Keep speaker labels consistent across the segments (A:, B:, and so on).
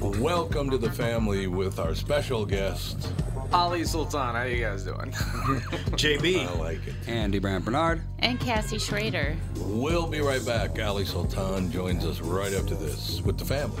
A: Welcome to the family with our special guest.
B: Ali Sultan, how you guys doing?
A: I
C: JB.
A: like it.
D: Andy Brandt Bernard.
E: And Cassie Schrader.
A: We'll be right back. Ali Sultan joins us right after this with the family.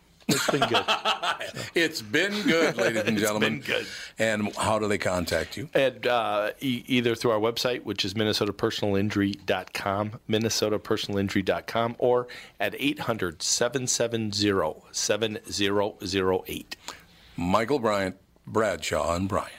C: It's been good.
A: It's been good, ladies and gentlemen.
C: been good.
A: And how do they contact you?
C: And uh, e- either through our website, which is minnesotapersonalinjury.com, minnesotapersonalinjury.com, or at 800-770-7008.
A: Michael Bryant, Bradshaw, and Bryant.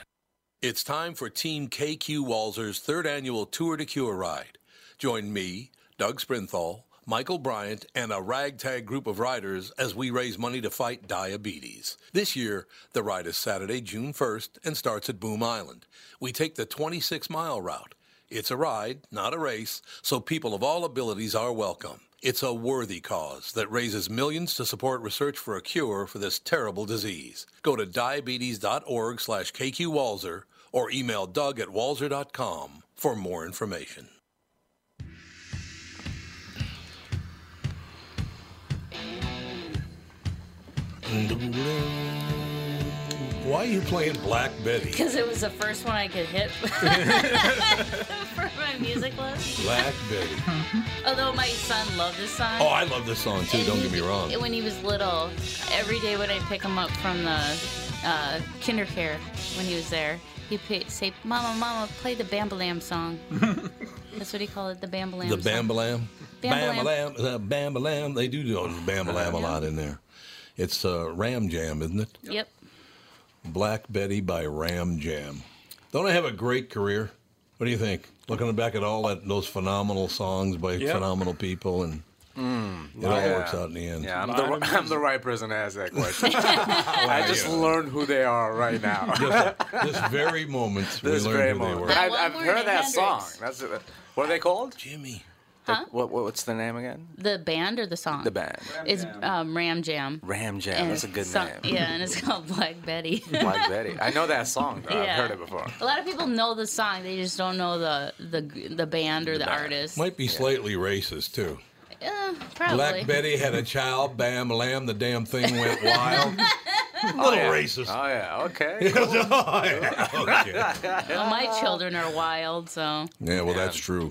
A: It's time for Team KQ Walzer's third annual Tour to Cure ride. Join me, Doug Sprinthal, Michael Bryant, and a ragtag group of riders as we raise money to fight diabetes. This year, the ride is Saturday, June 1st, and starts at Boom Island. We take the 26 mile route. It's a ride, not a race, so people of all abilities are welcome. It's a worthy cause that raises millions to support research for a cure for this terrible disease. Go to diabetes.org slash kqwalzer or email doug at walzer.com for more information. Why are you playing Black Betty?
E: Because it was the first one I could hit for my music list.
A: Black Betty.
E: Although my son loved this song.
A: Oh, I love this song too.
E: And
A: Don't
E: he-
A: get me wrong.
E: When he was little, every day when I pick him up from the uh, kinder care when he was there, he'd pay, say, Mama, Mama, play the Bambalam song. That's what he called it, the Bambalam
A: The
E: song.
A: Bambalam.
E: Bambalam. Uh,
A: Bambalam. uh, Bambalam. They do do Bambalam a lot in there. It's uh, Ram Jam, isn't it?
E: Yep.
A: Black Betty by Ram Jam. Don't I have a great career? What do you think? Looking back at all that, those phenomenal songs by phenomenal people, and it all works out in the end.
B: Mm, Yeah, I'm the, I'm the right person to ask that question. I just
A: yeah.
B: learned who they are right now.
A: This very moment,
B: this
A: we learned
B: very
A: who
B: moment.
A: they were.
E: That
B: I've,
E: one
B: I've
E: word
B: heard
E: in
B: that
E: Hendrix.
B: song. That's it. What are they called?
A: Jimmy.
B: What, what, what's the name again?
E: The band or the song?
B: The band.
E: It's um, Ram Jam.
B: Ram Jam.
E: And
B: That's a good
E: so-
B: name.
E: Yeah, and it's called Black Betty.
B: Black Betty. I know that song. Though.
E: Yeah.
B: I've heard it before.
E: A lot of people know the song, they just don't know the the the band or the,
B: band.
E: artist.
A: Might be slightly racist, too.
E: Eh, probably.
A: Black Betty had a child, Bam Lam, the damn thing went wild. little racist.
B: Oh yeah. Okay.
A: Okay.
E: Well, my children are wild, so
A: Yeah, well, that's true.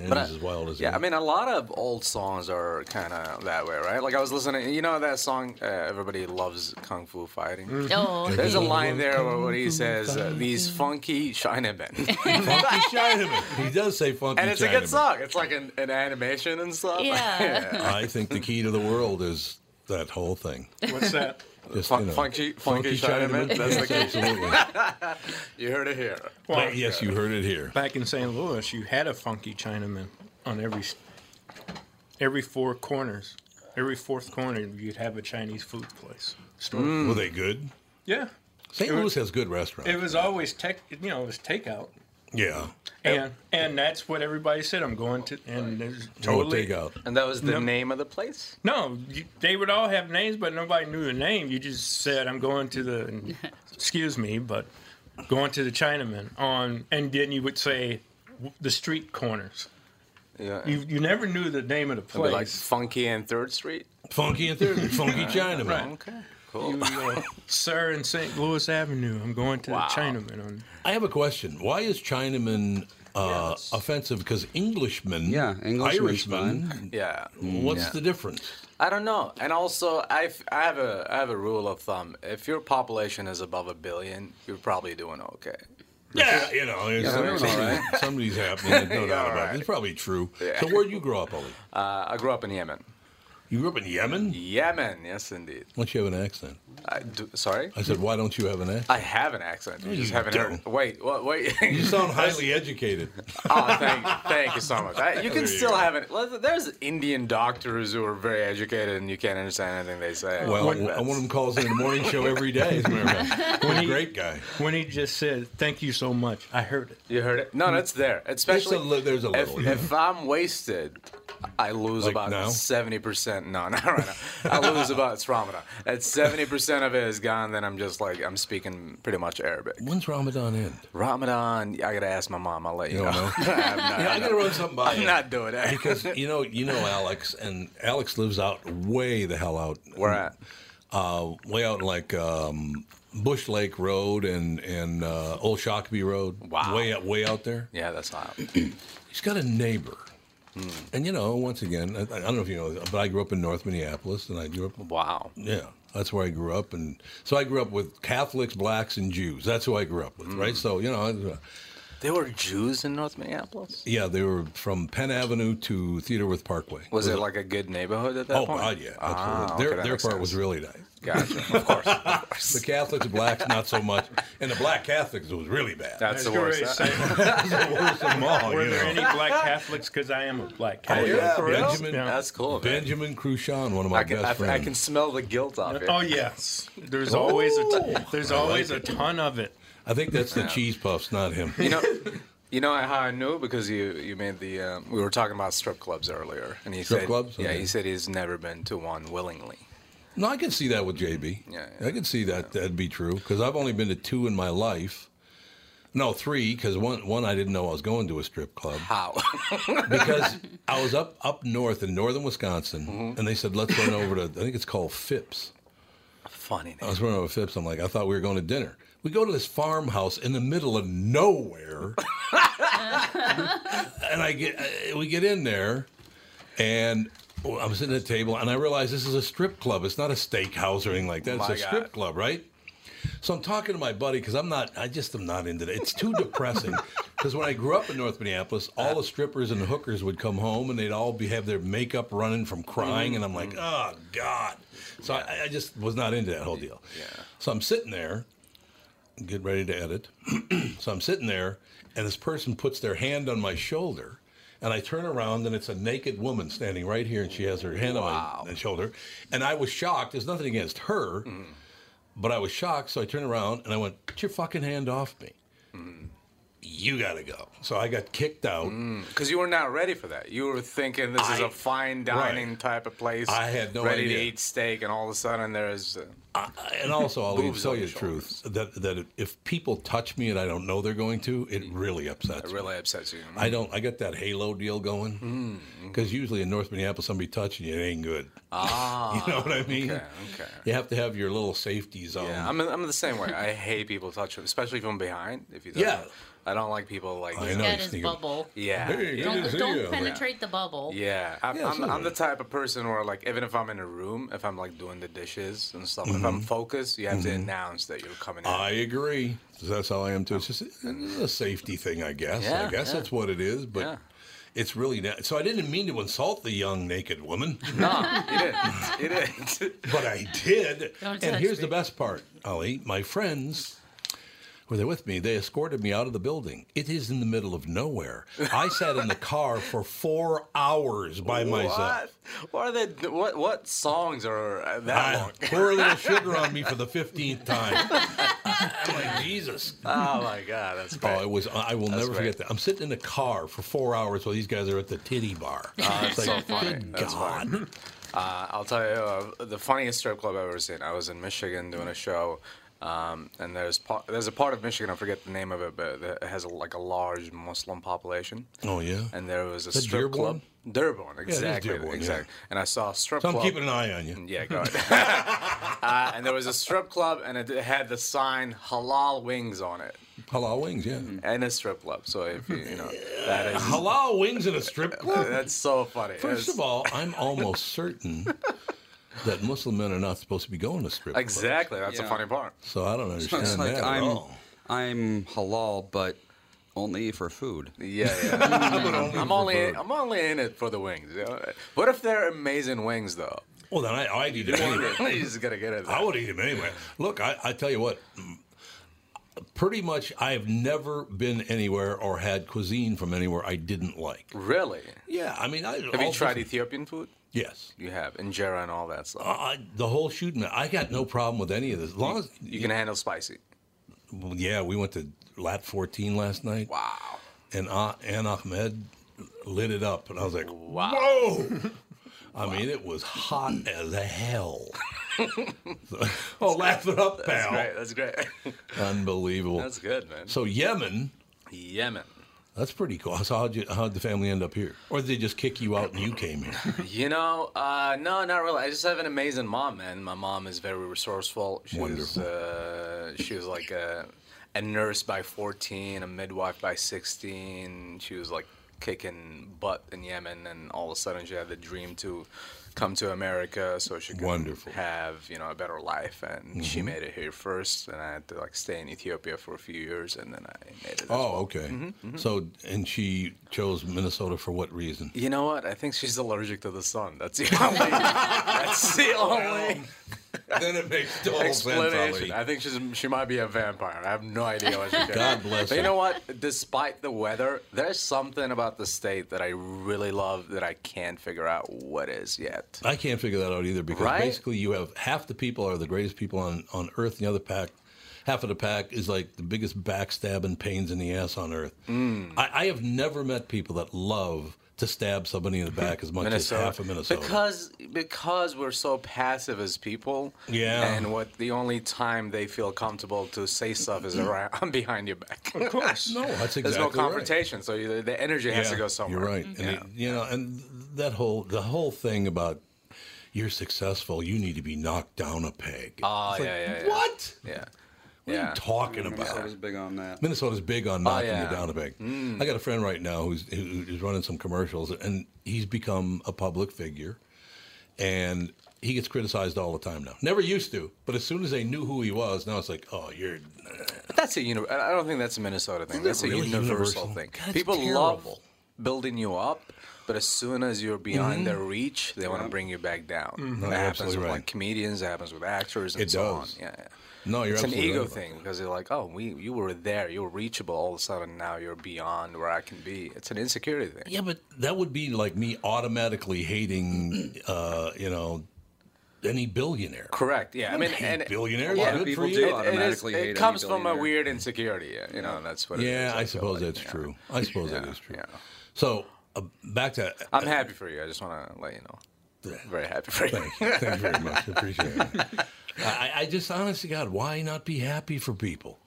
A: And
B: I-
A: it's as wild as
B: Yeah,
A: it
B: I mean, a lot of old songs are kind of that way, right? Like I was listening, you know that song, uh, everybody loves kung fu fighting.
E: oh,
B: There's a line there where, where he says, uh, "These funky Chinamen,"
A: is. funky Chinaman. He does say funky
B: and it's a
A: Chinaman.
B: good song. It's like an, an animation and stuff.
E: yeah.
A: I think the key to the world is that whole thing.
C: What's that?
A: Just,
B: Fun- funky- funky Chinaman,
A: Yes,
B: that's the key.
A: absolutely.
B: you heard it here.
A: But yes, you heard it here.
F: back in St. Louis, you had a funky Chinaman on every every four corners. Every fourth corner, you'd have a Chinese food place store.
D: Mm.
B: Mm.
A: Were they good?
F: Yeah,
A: St. Louis has good restaurants.
F: it was always take. You know, it was takeout,
A: yeah.
F: and and that's what everybody said. I'm going to, and there's totally
A: No takeout.
B: And that was the
F: No.
B: name of the place.
F: no. You, they would all have names, but nobody knew the name. You just said, "I'm going to the," excuse me, but going to the Chinaman on, and then you would say w- the street corners.
B: Yeah.
F: You you never knew the name of the
B: It'd be
F: place.
B: like funky and Third Street.
A: Funky and Third, Funky Chinaman.
B: Okay.
F: You, uh, sir, in St. Louis Avenue, I'm going to
B: Wow.
F: the Chinaman on.
A: I have a question. Why is Chinaman uh, offensive? Because Englishman,
D: Yeah, Englishman's
A: Irishman.
B: Yeah.
A: What's
B: Yeah.
A: the difference?
B: I don't know. And also, I've, I have a I have a rule of thumb. If your population is above a billion, you're probably doing okay.
A: Yeah, you know, it's-
D: they're doing
A: something-
D: all
A: something's happening. No doubt about
B: right.
A: it. It's probably true. So where'd you grow up, Ollie?
B: Uh, I grew up in Yemen.
A: You grew up in Yemen.
B: Yemen, yes, indeed.
A: Why don't you have an accent?
B: I do, sorry,
A: I said, why don't you have an accent?
B: I have an accent. You
A: you
B: just haven't.
A: don't.
B: heard- Wait, what? Wait.
A: You sound highly educated.
B: oh, thank, thank you so much. I, you can
A: There you
B: still
A: go.
B: have it. let- There's Indian doctors who are very educated and you can't understand anything they say.
A: Well,
B: Like,
A: I
B: that's-
A: one of them calls in the morning show every day. As a matter of fact. He's a great guy.
F: When he just said, "Thank you so much," I heard it.
B: You heard it? No, that's there.
A: There's
B: Especially
A: a, li- there's a
B: if,
A: little.
B: if I'm wasted, I lose
A: Like now?
B: about seventy percent. No, not right now. I lose about it's Ramadan. At seventy percent of it is gone, then I'm just like I'm speaking pretty much Arabic.
A: When's Ramadan end?
B: Ramadan, I gotta ask my mom. I'll let you,
A: You don't
B: know.
A: know?
B: I'm, not,
A: Yeah, I gotta run something by
B: I'm
A: you.
B: not doing that
A: because you know, you know Alex, and Alex lives out way the hell out.
B: We're at
A: uh, way out in like um, Bush Lake Road and and uh, Old Shakopee Road.
B: Wow.
A: way out, way out there.
B: yeah, that's not.
A: He's got a neighbor,
B: Hmm.
A: and you know, once again, I, I don't know if you know, this, but I grew up in North Minneapolis, and I grew up.
B: Wow.
A: Yeah, that's where I grew up, and so I grew up with Catholics, blacks, and Jews. That's who I grew up with,
B: Hmm.
A: right? So you know, I-
B: There were Jews in North Minneapolis.
A: yeah, they were from Penn Avenue to Theater with Parkway.
B: Was it like a good neighborhood at that
A: Oh
B: point?
A: God, yeah, absolutely.
B: Ah, okay,
A: their
B: that
A: their part
B: makes
A: was
B: sense.
A: really nice.
B: Gotcha. Of course. Of course.
A: The Catholics, the blacks, not so much, and the black Catholics it was really bad.
B: That's the worst.
F: Say,
A: That's the worst of them all.
F: Were
A: Oh, you
F: there
A: know. Oh,
F: any black Catholics? Because I am a black Catholic.
A: yeah,
B: for real?
A: Benjamin-
B: That's cool. man.
A: Benjamin Cruchon, one of my
B: I can,
A: best
B: I, I
A: friends.
B: can smell the guilt off it.
F: Oh yes, there's always a t-
A: Oh.
F: there's always a ton of it.
A: I think that's the cheese puffs, not him.
B: You know, you know how I knew because you you made the um, we were talking about strip clubs earlier, and he
A: Strip
B: said,
A: clubs?
B: yeah,
A: Okay.
B: he said he's never been to one willingly.
A: No, I can see that with JB.
B: Yeah, yeah.
A: I can see that that'd be true because I've only been to two in my life. No, three because one one I didn't know I was going to a strip club
B: How?
A: because I was up up north in northern Wisconsin
B: Mm-hmm.
A: and they said let's run over to I think it's called Phipps.
B: Funny.
A: I
B: Name.
A: was running over to Phipps. I'm like I thought we were going to dinner. We go to this farmhouse in the middle of nowhere, and I get I- we get in there, and I'm sitting at a table, and I realize this is a strip club. It's not a steakhouse or anything like that. It's
B: My
A: a
B: God.
A: strip club, right? So I'm talking to my buddy because I'm not. I just am not into it. It's too depressing. Because when I grew up in North Minneapolis, all the strippers and hookers would come home and they'd all be have their makeup running from crying,
B: Mm-hmm.
A: and I'm like, oh god. So I, I just was not into that whole deal.
B: Yeah.
A: So I'm sitting there, get ready to edit. so I'm sitting there, and this person puts their hand on my shoulder, and I turn around, and it's a naked woman standing right here, and she has her hand on my and shoulder, and I was shocked. There's nothing against her,
B: Mm.
A: but I was shocked, so I turned around and I went, "Get your fucking hand off me."
B: Mm.
A: You gotta go. So I got kicked out.
B: Because you were not ready for that. You were thinking this is
A: I-
B: a fine dining
A: right.
B: type of place.
A: I had no
B: ready
A: idea.
B: to eat steak, and all of a sudden there's. Uh,
A: And also, I'll even
B: Boobs
A: tell
B: on
A: you
B: the
A: the truth that that if people touch me and I don't know they're going to, it really upsets
B: Mm. it
A: me.
B: really upsets you. Mm-hmm.
A: I don't. I got that halo deal going
B: Mm,
A: because usually in North Minneapolis, somebody touching you, it ain't good. Ah, you know what I mean?
B: okay, okay.
A: You have to have your little safety zone.
B: Yeah, I'm, I'm the same way. I hate people touching, especially from behind. If you touch
A: Yeah.
B: me. I don't like people like.
A: I know.
E: Got
A: you
E: his
A: sneaker.
E: bubble.
B: Yeah.
A: Hey, good to
E: Don't,
A: see you.
E: don't penetrate the bubble.
B: Yeah, I'm,
A: Yeah,
B: I'm, I'm
A: absolutely.
B: the type of person where, like, even if I'm in a room, if I'm like doing the dishes and stuff, if I'm focused, you have to announce that you're coming in.
A: Mm-hmm. I agree. That's how I am too. It's just a, a safety thing, I guess.
B: Yeah,
A: I guess
B: yeah.
A: that's what it is. But
B: Yeah.
A: it's really not. So I didn't mean to insult the young naked woman,
B: no, you didn't. You didn't.
A: but I did.
E: Don't
A: and
E: touch
A: here's the
E: me.
A: best part, Ali. My friends were there with me. They escorted me out of the building. It is in the middle of nowhere. I sat in the car for four hours by myself.
B: What? What are they? What what songs are uh, that
A: I
B: long?
A: pour a little sugar on me for the fifteenth time. I'm like Jesus.
B: Oh my god, that's
A: Oh,
B: great.
A: it was. I will never
B: great.
A: forget that. I'm sitting in a car for four hours while these guys are at the titty bar.
B: Ah, that's so funny.
A: Good
B: That's
A: God.
B: funny. Uh, I'll tell you uh, the funniest strip club I've ever seen. I was in Michigan doing a show, um, and there's pa- there's a part of Michigan I forget the name of it, but it has like a large Muslim population.
A: Oh yeah.
B: and there was a
A: that
B: strip
A: Dearborn?
B: club. Dearborn,
A: is
B: exactly,
A: Dearborn, yeah.
B: exactly. And I saw a strip
A: So I'm
B: club.
A: keeping an eye on you.
B: yeah, go ahead. uh, and there was a strip club, and it had the sign "Halal Wings" on it,
A: Halal wings, yeah.
B: and a strip club. So if you, you know, that is
A: Halal wings in a strip club?
B: that's so funny.
A: First
B: It's-
A: of all, I'm almost certain that Muslim men are not supposed to be going to strip clubs.
B: exactly, that's the
D: Yeah.
B: funny part.
A: So I don't understand
D: It's like
A: that at
D: I'm,
A: all.
D: I'm halal, but only for food.
B: Yeah, yeah. I'm only I'm only in it for the wings. you know? What if they're amazing wings though?
A: Well, then I, I'd eat it anyway.
B: you just gotta get it.
A: I would eat him anyway. Look, I, I tell you what, pretty much I have never been anywhere or had cuisine from anywhere I didn't like.
B: Really?
A: Yeah, I mean, I
B: Have you tried Ethiopian food?
A: Yes,
B: You have injera and all that stuff.
A: I, the whole shooting. I got no problem with any of this. As long as
B: you can handle spicy.
A: Well, yeah, we went to Lat 14 last night,
B: Wow.
A: and uh, Ann Ahmed lit it up, and I was like, whoa. I mean, it was hot as hell. So- oh, laugh it up,
B: That's
A: pal!
B: great. That's great.
A: Unbelievable.
B: that's good, man.
A: so Yemen,
B: Yemen.
A: That's pretty cool. So how'd, you, how'd the family end up here? Or did they just kick you out and you came here?
B: You know, uh, no, not really. I just have an amazing mom, man. My mom is very resourceful. She was,
A: Wonderful.
B: uh, she was like a, a nurse by 14, a midwife by 16. She was like kicking butt in Yemen, and all of a sudden she had the dream to come to America so she could
A: Wonderful. Mm-hmm.
B: have you know a better life. And she made it here first, and I had to like stay in Ethiopia for a few years, and then I made it.
A: Oh, okay. So, and she chose Minnesota for what reason?
B: You know what? I think she's allergic to the sun. That's the only. that's the only.
A: then it makes total
B: explanation. I think she's she might be a vampire. I have no idea what she could.
A: God bless
B: But you
A: her.
B: know what? Despite the weather, there's something about the state that I really love that I can't figure out what is yet.
A: I can't figure that out either because
B: Right?
A: basically you have half the people are the greatest people on, on earth, and the other pack, half of the pack is like the biggest backstabbing pains in the ass on earth.
B: Mm.
A: I, I have never met people that love to stab somebody in the back as much as half of Minnesota.
B: Because because we're so passive as people.
A: Yeah.
B: And what the only time they feel comfortable to say stuff is around I'm behind your back. Of course.
A: no, that's exactly
B: There's no
A: right.
B: confrontation, so you, the energy has to
A: Yeah,
B: go somewhere.
A: You're right. And it- you know, and that whole the whole thing about you're successful, you need to be knocked down a peg.
B: Oh,
A: It's like,
B: yeah, yeah, yeah.
A: What?
B: Yeah.
A: What are
B: yeah. Oh,
A: you talking
D: I was
A: about?
D: big on that.
A: Minnesota's big on knocking
B: yeah. Mm.
A: you down a peg. I got a friend right now who's who- who's running some commercials, and he's become a public figure, and he gets criticized all the time now. Never used to, but as soon as they knew who he was, now it's like, oh, you're.
B: That's a uni- I don't think that's a Minnesota thing.
A: that
B: That's
A: really
B: a universal,
A: universal?
B: thing.
A: God, it's
B: People
A: terrible.
B: love building you up, but as soon as you're beyond their
A: Mm-hmm.
B: reach, they want to bring you back down. That
A: you're
B: happens
A: absolutely
B: with
A: right.
B: like comedians, it happens with actors, and
A: It
B: so
A: does.
B: on. Yeah, yeah.
A: No, you're
B: It's an
A: absolutely
B: ego
A: right about
B: thing because they're like, oh, we you were there, you were reachable. All of a sudden, now you're beyond where I can be. It's an insecurity thing.
A: Yeah, but that would be like me automatically hating, uh, you know, any billionaire.
B: Correct. Yeah. I mean,
A: hate
B: and
A: billionaires.
B: yeah,
A: Good
D: people
A: for
D: do
A: you.
B: It- it, is,
D: automatically hate
B: it
D: any
B: comes from a
D: billionaire.
B: weird insecurity. Yeah, you know, that's what. it is.
A: Yeah,
B: I
A: I
B: feel
A: suppose
B: like,
A: that's
B: yeah.
A: true. I suppose that is true.
B: yeah.
A: So uh, back to
B: I'm happy for you. I just want to let you know. Very happy for you.
A: thank you, thank you very much. Appreciate it. I, I just, honestly, God, why not be happy for people?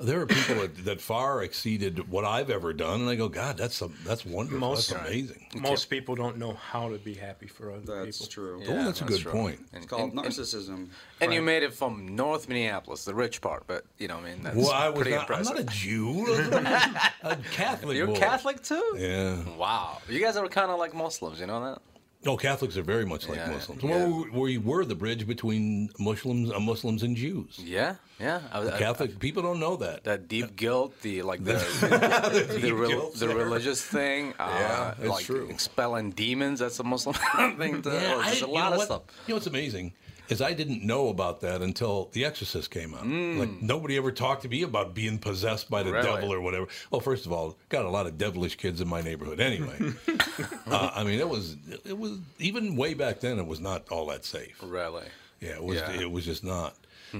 A: There are people that, that far exceeded what I've ever done, and I go, God, that's some, that's wonderful.
F: Most-
A: that's amazing.
F: Most people don't know how to be happy for other
D: That's
F: people.
D: true.
A: oh, that's, a
B: that's
A: good
B: true.
A: point.
D: It's called narcissism.
B: And you made it from North Minneapolis, the rich part, but you know, I mean, that's
A: Well, I was
B: pretty
A: not, I'm
B: impressive.
A: not a Jew. I'm a Catholic.
B: You're
A: boy.
B: Catholic too?
A: Yeah.
B: Wow, you guys are kind of like Muslims, you know that?
A: No, Oh, Catholics are very much like
B: Yeah,
A: Muslims.
B: yeah.
A: Well, we, we were the bridge between Muslims, uh, Muslims and Jews.
B: Yeah, yeah. I, was- I-
A: Catholic people don't know that.
B: that deep guilt, the like the the, rel-
A: guilt
B: the
A: there.
B: religious thing, uh,
A: Yeah, it's
B: like
A: true.
B: expelling demons. That's a Muslim thing. Too.
A: Yeah, Uh, I-
B: There's a
A: you
B: lot
A: know
B: of
A: what?
B: stuff.
A: You know what's amazing is I didn't know about that until The Exorcist came out. Like nobody ever talked to me about being possessed by the
B: Mm. Really?
A: devil or whatever. Well, first of all, got a lot of devilish kids in my neighborhood anyway. uh, I mean, it was it was even way back then. It was not all that safe.
B: Really?
A: Yeah, it was.
B: Yeah. Hmm.
A: It was just not.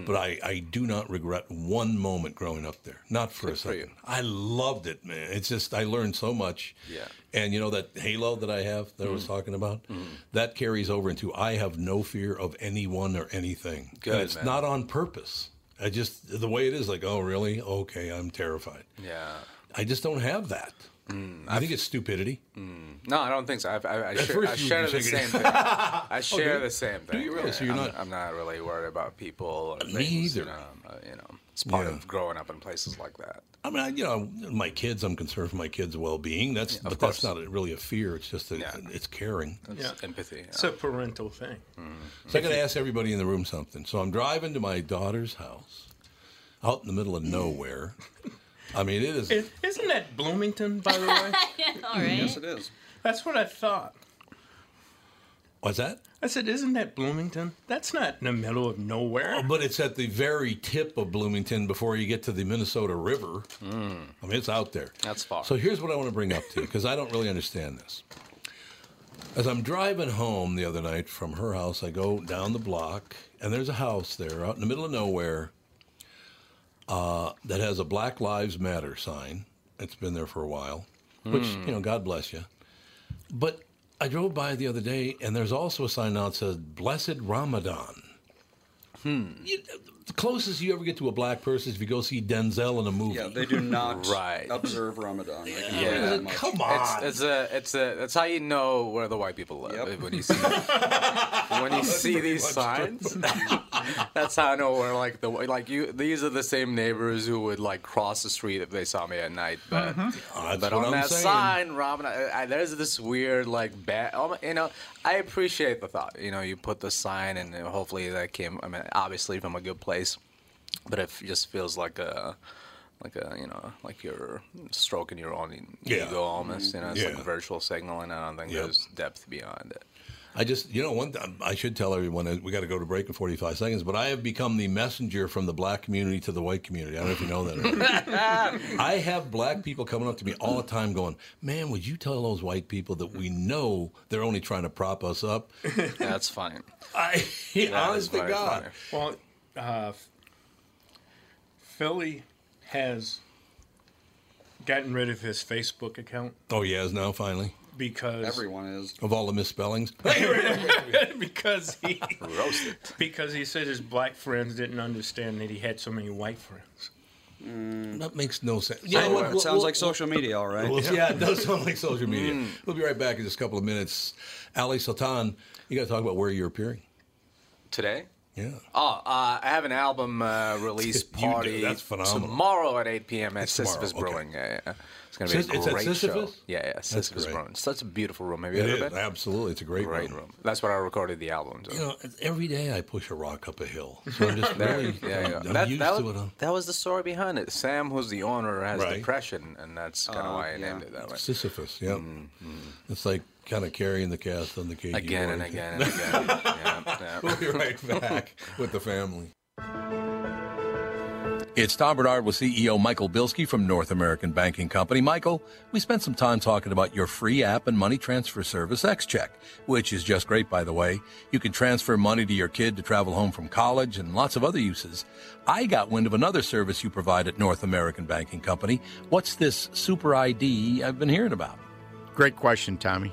A: But I, I do not regret one moment growing up there. Not for a
B: for you.
A: second. I loved it, man. It's just I learned so much.
B: Yeah. Hmm.
A: And you know that halo that I have that I was talking about, that carries over into I have no fear of anyone or anything. And
B: Good,
A: it's
B: man.
A: not on purpose. I just the way it is. Like, oh really? Okay, I'm terrified.
B: Yeah.
A: I just don't have that.
B: Hmm.
A: I think it's stupidity.
B: No, I don't think so. I, I, I, share,
A: first
B: I
A: you
B: share
A: were
B: the
A: thinking-
B: same thing. I share the same thing.
A: you really?
B: Yeah,
A: So you're
B: I'm,
A: not-
B: I'm not really worried about people. Or
A: Me
B: things,
A: either.
B: You know, um, uh, you know, it's part
A: Yeah.
B: of growing up in places like that.
A: I mean, I, you know, my kids. I'm concerned for my kids' well-being. That's but that's not a, really a fear. It's just a,
B: Yeah.
A: it's caring.
F: Yeah.
B: Empathy. you
F: It's
B: know.
F: a parental thing.
D: Hmm.
A: So I got to ask everybody in the room something. So I'm driving to my daughter's house, out in the middle of nowhere. I mean, it is.
F: is isn't that Bloomington, by the way?
E: All right.
D: it is.
F: That's what I thought.
A: What's that?
F: I said, isn't that Bloomington? That's not in the middle of
D: Oh,
F: nowhere.
A: But it's at the very tip of Bloomington before you get to the Minnesota River. I mean, it's out there.
B: Hmm. That's far.
A: So here's what I want to bring up to you because I don't really understand this. As I'm driving home the other night from her house, I go down the block, and there's a house there out in the middle of nowhere uh, that has a Black Lives Matter sign. It's been there for a while, which,
B: Hmm.
A: you know, God bless you. But I drove by the other day, and there's also a sign now that says Blessed Ramadan.
B: Hmm.
A: You, the closest you ever get to a black person is if you go see Denzel in a movie.
D: Yeah, they do not
B: Right.
D: observe Ramadan. I can
B: Yeah.
D: tell you that much.
A: Come on.
B: It's, it's a, it's a, that's how you know where the white people live
D: Yep.
B: when you see, when you see these signs. that's how I know where like the like you. These are the same neighbors who would like cross the street if they saw me at night. But
A: That's
B: but
A: what
B: on
A: I'm
B: that
A: saying.
B: sign, Robin, I, I, there's this weird like bad. You know, I appreciate the thought. You know, you put the sign, and uh, hopefully that came. I mean, obviously from a good place, but it just feels like a. Like a, you know, like you're stroking your own e-, ego
A: Yeah.
B: almost, you know, it's like
A: Yeah.
B: a virtual signal, and I don't think
A: Yep.
B: there's depth beyond it.
A: I just, you know, one. th- I should tell everyone that we got to go to break in 45 seconds, but I have become the messenger from the black community to the white community. I don't know if you know that. Or not. I have black people coming up to me all the time, going, "Man, would you tell those white people that we know they're only trying to prop us up?"
B: That's fine.
A: I, honest to
B: very
A: God,
B: funny.
F: Well, uh, Philly has gotten rid of his Facebook account
A: oh yeah, is now finally
F: because
D: Everyone is.
A: of all the misspellings.
F: because he
B: Roasted.
F: because he said his black friends didn't understand that he had so many white friends.
A: that makes no sense. You know
D: Anyway,
A: what?
D: it
A: We'll-
D: sounds
A: we'll-
D: like Mm. social media, all right.
A: Well, yeah, it does sound like social media. We'll be right back in just a couple of minutes. Ali Sultan, you got to talk about where you're appearing.
B: Today?
A: Yeah.
B: Oh, uh, I have an album uh, release
A: You do.
B: party
A: That's phenomenal.
B: tomorrow at 8 p.m. at
A: It's tomorrow, okay.
B: Sisyphus Brewing. Yeah, yeah. It's going to be
A: Sys-
B: a
A: it's at
B: great show.
A: Sisyphus?
B: Yeah, yeah, Sisyphus
A: great.
B: Brewing. Such a beautiful room. Have you
A: It
B: ever
A: is.
B: been?
A: Absolutely. It's a great,
B: Great room. That's where I recorded the album. So.
A: You know, it's- every day I push a rock up a hill. So I'm just
B: There,
A: really
B: yeah, yeah.
A: I'm, I'm
B: that,
A: used
B: that
A: to
B: was,
A: it. Huh?
B: that was the story behind it. Sam, who's the owner, has
A: Right.
B: depression, and that's kind of
D: Uh,
B: why I
D: yeah.
B: named it that way.
A: Sisyphus, yeah. It's like kind of carrying the cast on the cage.
B: Mm-hmm. Again and again and again. yeah, yeah.
A: We'll be right back with the family. It's Tom Bernard with CEO Michael Bilski from North American Banking Company. Michael, we spent some time talking about your free app and money transfer service, XCheck, which is just great, by the way. You can transfer money to your kid to travel home from college and lots of other uses. I got wind of another service you provide at North American Banking Company. What's this Super ID I've been hearing about?
G: Great question, Tommy.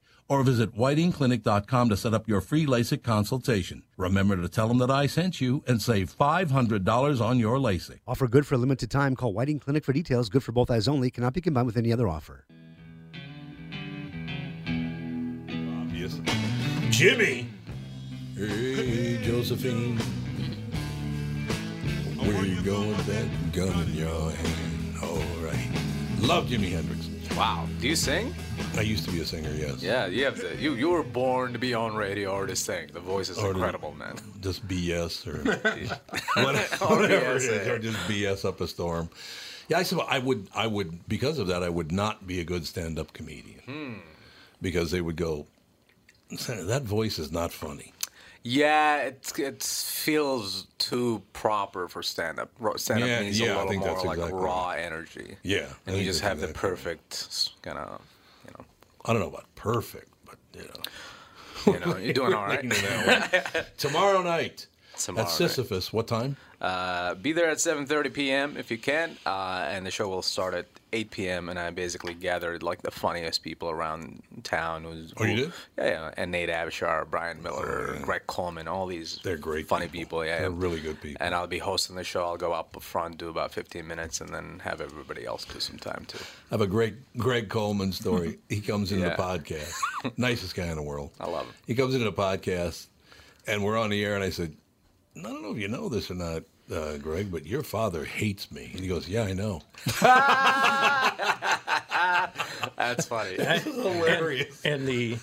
A: or visit whitingclinic.com to set up your free LASIK consultation. Remember to tell them that I sent you and save $500 on your LASIK.
H: Offer good for a limited time. Call Whiting Clinic for details. Good for both eyes only. Cannot be combined with any other offer.
F: Jimmy.
A: Hey, Josephine. Where you going with that gun in your hand? All right. Love Jimi Hendrix.
B: Wow. Do you sing?
A: I used to be a singer, yes.
B: Yeah, you have to. You you were born to be on radio or to sing. The voice is
A: Or to-
B: incredible, man.
A: Just BS or whatever,
B: Oh,
A: whatever it is, or just BS up a storm. Yeah, I suppose I would. I would because of that. I would not be a good stand-up comedian
B: Hmm.
A: because they would go, "That voice is not funny."
B: Yeah, it it feels too proper for stand up. Stand up
A: Yeah,
B: needs
A: yeah, I
B: a little
A: think
B: more
A: that's
B: like
A: exactly
B: raw
A: right.
B: energy.
A: Yeah, I
B: and you
A: think
B: just
A: that's
B: have the
A: exactly right.
B: perfect kind of, you know.
A: I don't know about perfect, but you know.
B: You know, you're doing all right.
A: Leaning that way. Tomorrow night
B: Tomorrow
A: at
B: night.
A: Sisyphus. What time?
B: Uh, be there at 7:30 p.m. if you can, uh, and the show will start at 8 p.m. And I basically gathered like the funniest people around town. Who's,
A: Oh, you did? Oh,
B: Yeah, yeah, and Nate Abishar, Brian Miller,
A: yeah.
B: Greg Coleman, all these
A: They're great
B: funny
A: people.
B: people. yeah,
A: They're
B: yeah.
A: really good people.
B: And I'll be hosting the show. I'll go up front, do about 15 minutes, and then have everybody else do some time too.
A: I have a great Greg Coleman story. He comes into
B: Yeah.
A: the podcast. Nicest guy in the world.
B: I love him.
A: He comes into the podcast and we're on the air and I said, I don't know if you know this or not, uh, Greg, but your father hates me. And he goes, Yeah, I know.
B: That's funny.
A: Hilarious.
F: And the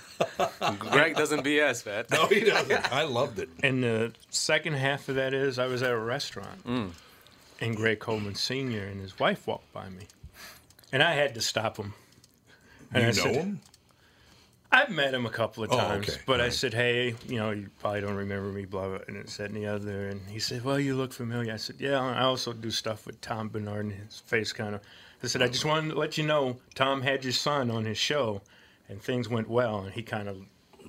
B: Greg doesn't BS, man.
A: no, Oh, he doesn't. I loved it.
F: and the second half of that is I was at a restaurant
A: Mm.
F: and Greg Coleman Sr. and his wife walked by me. And I had to stop him. And
A: You
F: I
A: know
F: said,
A: him?
F: I've met him a couple of
A: Oh,
F: times,
A: okay.
F: but I
A: Right.
F: said, "Hey, you know, you probably don't remember me, blah blah." And it said and the other, and he said, "Well, you look familiar." I said, "Yeah, I also do stuff with Tom Bernard and his face kind of." I said, "I just wanted to let you know Tom had your son on his show, and things went well, and he kind of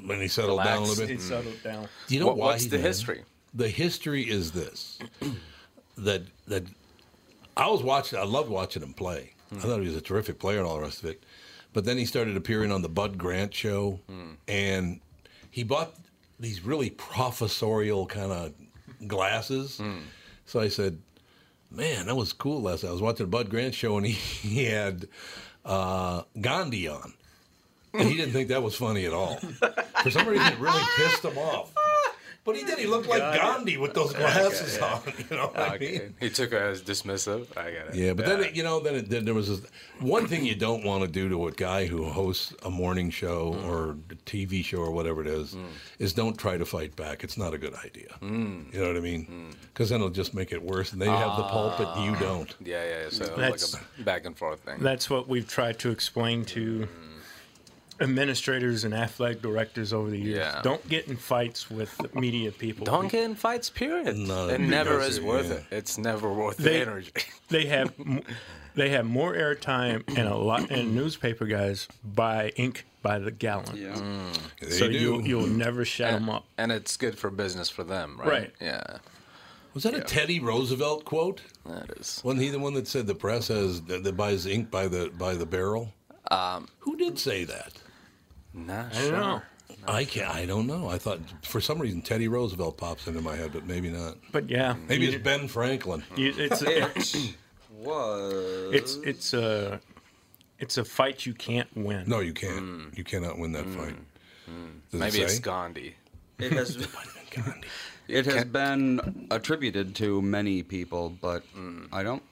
A: When he settled down a little bit.
F: it settled down."
A: Do you know
B: What-
A: why
B: what's
A: he
B: the
A: did it?
B: history?
A: The history is this: that that I was watching. I loved watching him play. I thought he was a terrific player and all the rest of it. But then he started appearing on the Bud Grant show, and he bought these really professorial kind of glasses. So I said, "Man, that was cool." Last night I was watching the Bud Grant show, and he, he had uh, Gandhi on. And he didn't think that was funny at all. For some reason, it really pissed him off. But he did. He looked like Gandhi with those glasses on. You know what I
B: Okay.
A: mean?
B: He took it as dismissive. I get it.
A: Yeah, but then it, you know, then, it, then there was this, one thing you don't want to do to a guy who hosts a morning show
F: Mm.
A: or a TV show or whatever it is, is don't try to fight back. It's not a good idea.
F: Mm.
A: You know what I mean? Because then it'll just make it worse, and they have the pulpit, and
F: Ah.
A: you don't.
B: yeah, yeah. yeah. So it was
F: That's-
B: like a back and forth thing.
F: That's what we've tried to explain to administrators and athletic directors over the years.
B: Yeah.
F: Don't get in fights with media people.
B: Don't get in fights, period.
A: No,
B: it
A: no,
B: never
A: no,
B: is
A: yeah.
B: worth it. It's never worth the
F: They-
B: energy.
F: they have m- they have more airtime and a lot and newspaper guys buy ink by the gallon.
D: Yeah.
B: Mm.
A: They
F: So
A: do.
F: you you'll never shut them up.
B: And it's good for business for them, right?
F: Right.
B: Yeah,
A: was that a Teddy Roosevelt quote?
B: that is.
A: Wasn't he the one that said the press has that, that buys ink by the by the barrel?
F: Um,
A: Who did say that?
B: Not
F: I
B: sure.
F: don't know.
A: I can not I don't know. I thought for some reason Teddy Roosevelt pops into my head, but maybe not.
F: But yeah,
A: Maybe
F: you-
A: it's Ben Franklin.
F: you- it's a,
D: Was
F: it's it's a it's a fight you can't win.
A: No, you can't. You cannot win that fight. Does
B: Hmm. Maybe
A: it
B: it's
A: say?
B: Gandhi.
D: it has
A: Gandhi.
D: it has been attributed to many people, but
B: Mm.
D: I don't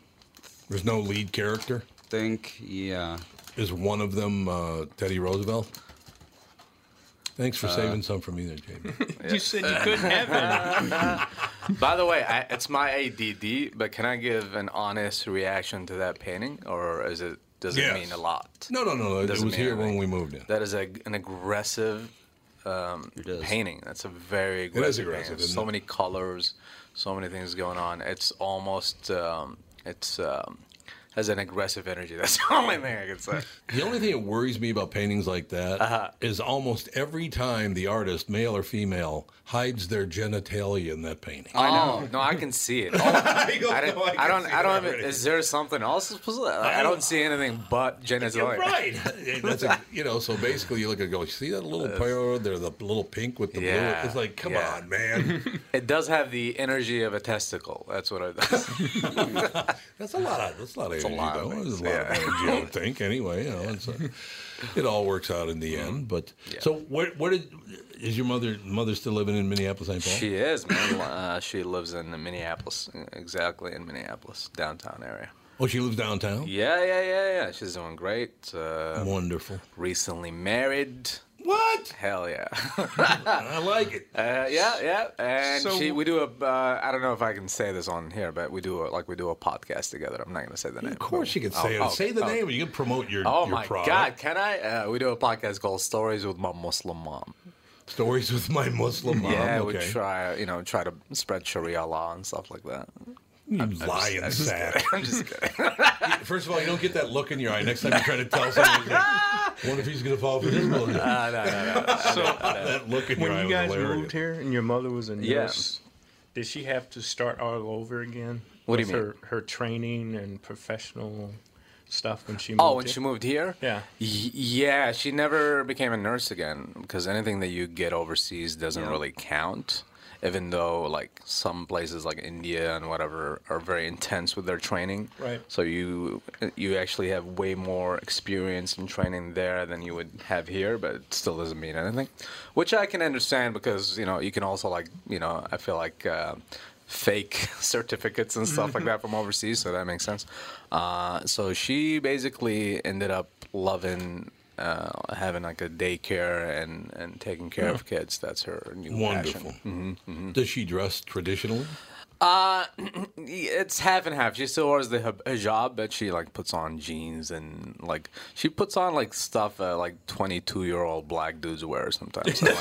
A: There's no lead character.
D: think. Yeah,
A: Is one of them uh, Teddy Roosevelt? Thanks
B: Uh,
A: for saving some for me there, Jamie.
F: You said you couldn't have it.
B: By the way, I, it's my ADD, but can I give an honest reaction to that painting, or is it does it
A: Yes.
B: mean a lot?
A: no, no, no. It,
B: Doesn't
A: was
B: mean
A: here when
B: anything.
A: we moved in.
B: That is a, an aggressive um,
D: it is.
B: painting. That's a very
A: is
B: aggressive,
A: aggressive,
B: painting.
A: isn't
B: So
A: it?
B: many colors, so many things going on. It's almost um, it's um, has an aggressive energy. That's the only thing I can say.
A: The only thing that worries me about paintings like that is
B: Uh-huh.
A: almost every time the artist, male or female, hides their genitalia in that painting.
B: I know. Oh, No, I can see it. I don't. I, don't. I don't. Even, is there something else? that's supposed to- I, I don't see anything but genitalia.
A: Right. That's a, you know, so basically you look at it and go, see that little pair there, the little pink with the
B: Yeah,
A: blue? It's like, come
B: yeah.
A: on, man.
B: It does have the energy of a testicle. That's what it does.
A: That's a lot of, that's a lot of energy,
B: lot of
A: though.
B: things,
A: That's a lot of energy, I would think, anyway. You know, it's a- it all works out in the
B: Mm-hmm.
A: end. But so where, where did, is your mother mother still living in Minneapolis, St. Paul?
B: she is. Man. Uh, she lives in Minneapolis, exactly in Minneapolis downtown area.
A: oh, she lives downtown?
B: Yeah, yeah, yeah, yeah. She's doing great. Uh,
A: Wonderful.
B: recently married.
A: What?
B: Hell yeah.
A: I like it.
B: Uh, yeah, yeah. And
F: So-
B: she, we do a. Uh, I don't know if I can say this on here, but we do a, like we do a podcast together. I'm not gonna say the name.
A: Of course, you can say it. say the name, and you can promote your.
B: Oh
A: your
B: my
A: product.
B: God! Can I? Uh, we do a podcast called "Stories with My Muslim Mom."
A: Stories with my Muslim mom.
B: yeah,
A: Uh-huh. okay.
B: we try, you know, try to spread Sharia law and stuff like that.
A: You lying sack.
B: I'm just kidding.
A: First of all, you don't get that look in your eye next time you try to tell someone. You're like, what if he's going to fall for this bullshit?
B: Uh, no, no, no.
A: that look in your eye
F: When you
A: was
F: guys
A: hilarious.
F: moved here and your mother was a
B: Yeah.
F: nurse, did she have to start all over again?
B: What do you
F: with Her, her training and professional stuff when she moved
B: Oh, when
F: here?
B: she moved here?
F: Yeah.
B: Y- yeah, she never became a nurse again because anything that you get overseas doesn't really count. Even though, like, some places like India and whatever are very intense with their training.
F: Right.
B: So you you actually have way more experience and training there than you would have here, but it still doesn't mean anything. Which I can understand because, you know, you can also, like, you know, I feel like. Uh, fake certificates and stuff like that from overseas, so that makes sense. Uh, so she basically ended up loving uh, having like a daycare and, and taking care of kids. That's her new
A: Wonderful.
B: passion.
A: Does she dress traditionally?
B: It's half and half. She still wears the hib- hijab, but she like puts on jeans and like she puts on like stuff uh, like twenty two year old black dudes wear sometimes. I'm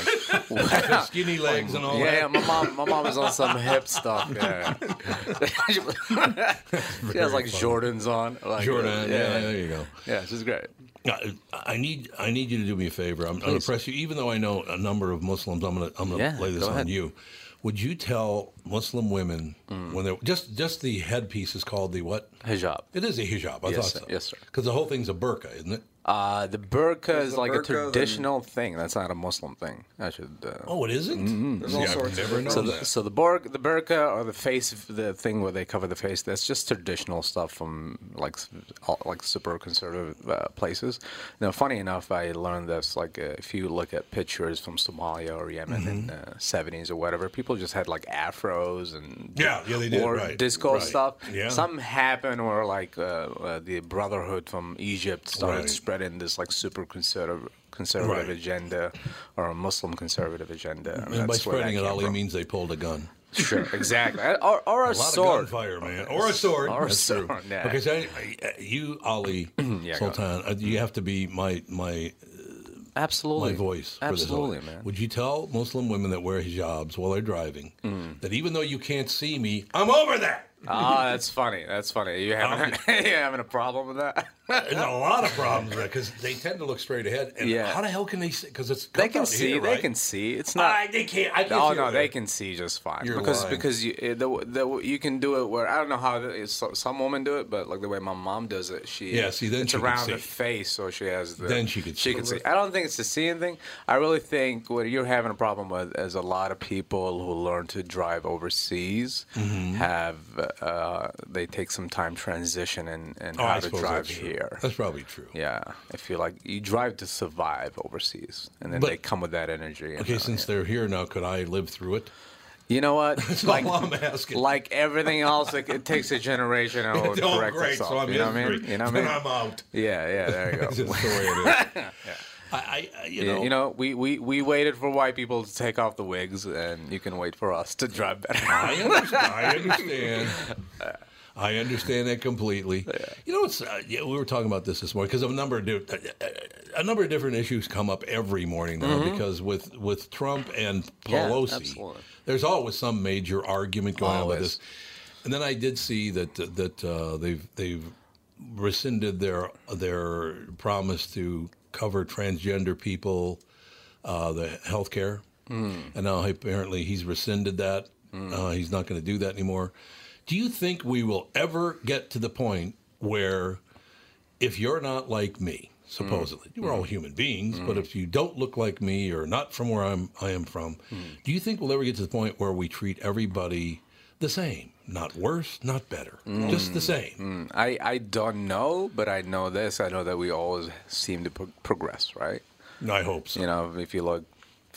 B: like, wow.
A: Skinny legs and all
B: yeah,
A: that.
B: yeah, my mom, my mom is on some hip stuff. Yeah, she has like Jordans on. Like,
A: Jordan, yeah,
B: yeah,
A: there you go.
B: yeah, she's great.
A: I I need I need you to do me a favor. I'm, I'm going to press you, even though I know a number of Muslims. I'm going to I'm going to
B: Yeah,
A: lay this
B: go
A: on
B: ahead.
A: you. Would you tell Muslim women when they're just just the headpiece is called the what?
B: Hijab.
A: It is a hijab. I
B: Yes,
A: thought so.
B: sir. Yes, sir.
A: Because the whole thing's a burqa, isn't it?
B: Uh, the burqa is
I: the
B: like a
I: burqa, then-
B: traditional thing. That's not a Muslim thing. I should. Uh,
A: Oh, it isn't?
I: There's all
A: See, I've
I: sorts of
A: never
I: different-
A: known
B: So the,
A: that.
B: so the bur- the burqa or the face, the thing where they cover the face, that's just traditional stuff from like s- all- like super conservative uh, places. Now, funny enough, I learned this like uh, if you look at pictures from Somalia or Yemen in
A: Mm-hmm.
B: the '70s or whatever, people just had like afros and
A: Yeah, yeah, they did,
B: or
A: right,
B: disco
A: right.
B: stuff.
A: Yeah.
B: Something happened where like uh, uh, the Brotherhood from Egypt started
A: Right.
B: spreading this like super conservative conservative
A: Right.
B: agenda or a Muslim conservative agenda. And,
A: and by
B: that's where that
A: spreading it,
B: came
A: all he
B: from.
A: means they pulled a gun.
B: Sure, exactly. Or, or a,
A: A lot
B: sword.
A: of gunfire, man, or a sword.
B: Or a
A: That's true.
B: sword, yeah.
A: Okay, so I, I, you, Ali
B: go
A: Sultan, uh, you have to be my my
B: Absolutely.
A: my voice. for this
B: Absolutely,
A: one.
B: man.
A: Would you tell Muslim women that wear hijabs while they're driving
B: Mm.
A: that even though you can't see me, I'm over that?
B: Ah, that's funny. That's funny. You having, you having a problem with that?
A: There's a lot of problems with that because they tend to look straight ahead. And
B: Yeah.
A: how the hell can they see? Because it's
B: they can
A: out
B: see.
A: Here,
B: they
A: right?
B: can see. It's not.
A: I, they can't. I can't
B: Oh
A: see
B: no,
A: over
B: they
A: there.
B: can see just fine
A: You're
B: because
A: lying.
B: because you eh, the, the you can do it where I don't know how the, it's, so- some women do it, but like the way my mom does it, she
A: Yeah, see, then
B: it's
A: she could
B: around
A: see.
B: the face, so she has the
A: Then she could
B: she
A: see.
B: can see. I don't think it's the seeing thing. I really think what you're having a problem with is a lot of people who learn to drive overseas
A: Mm-hmm.
B: have uh, they take some time transition and and
A: Oh, I
B: how to
A: suppose
B: drive
A: that's true.
B: here.
A: That's probably true.
B: Yeah, if you like, you drive to survive overseas, and then
A: But-
B: they come with that energy. and,
A: Okay,
B: uh,
A: since
B: yeah.
A: they're here now, could I live through it?
B: you know what,
A: That's all I'm asking.
B: like everything else, it, it takes a generation and it'll
A: oh,
B: correct
A: great.
B: itself.
A: So I'm
B: you know what I mean?
A: history.
B: You know what I
A: Then
B: mean?
A: I'm out.
B: Yeah, yeah. There you go.
A: That's just the way it is. I, I, you
B: Yeah,
A: know,
B: you know, we, we, we waited for white people to take off the wigs, and you can wait for us to drive better.
A: I understand. I understand. I understand that completely. You know, it's uh, yeah, we were talking about this this morning because a number of di- uh, a number of different issues come up every morning now because with with Trump and
B: Yeah,
A: Pelosi,
B: absolutely.
A: there's always some major argument going on with
B: Always.
A: this. And then I did see that that uh, they've they've rescinded their their promise to cover transgender people, uh, the health care. And now apparently he's rescinded that.
B: Hmm.
A: Uh, he's not going to do that anymore. Do you think we will ever get to the point where if you're not like me, supposedly,
B: Hmm.
A: we're all human beings, but if you don't look like me or not from where I'm, I am from,
B: Hmm.
A: do you think we'll ever get to the point where we treat everybody the same? Not worse, not better,
B: Hmm.
A: just the same.
B: I, I don't know, but I know this. I know that we always seem to pro- progress, right?
A: I hope so.
B: You know, if you look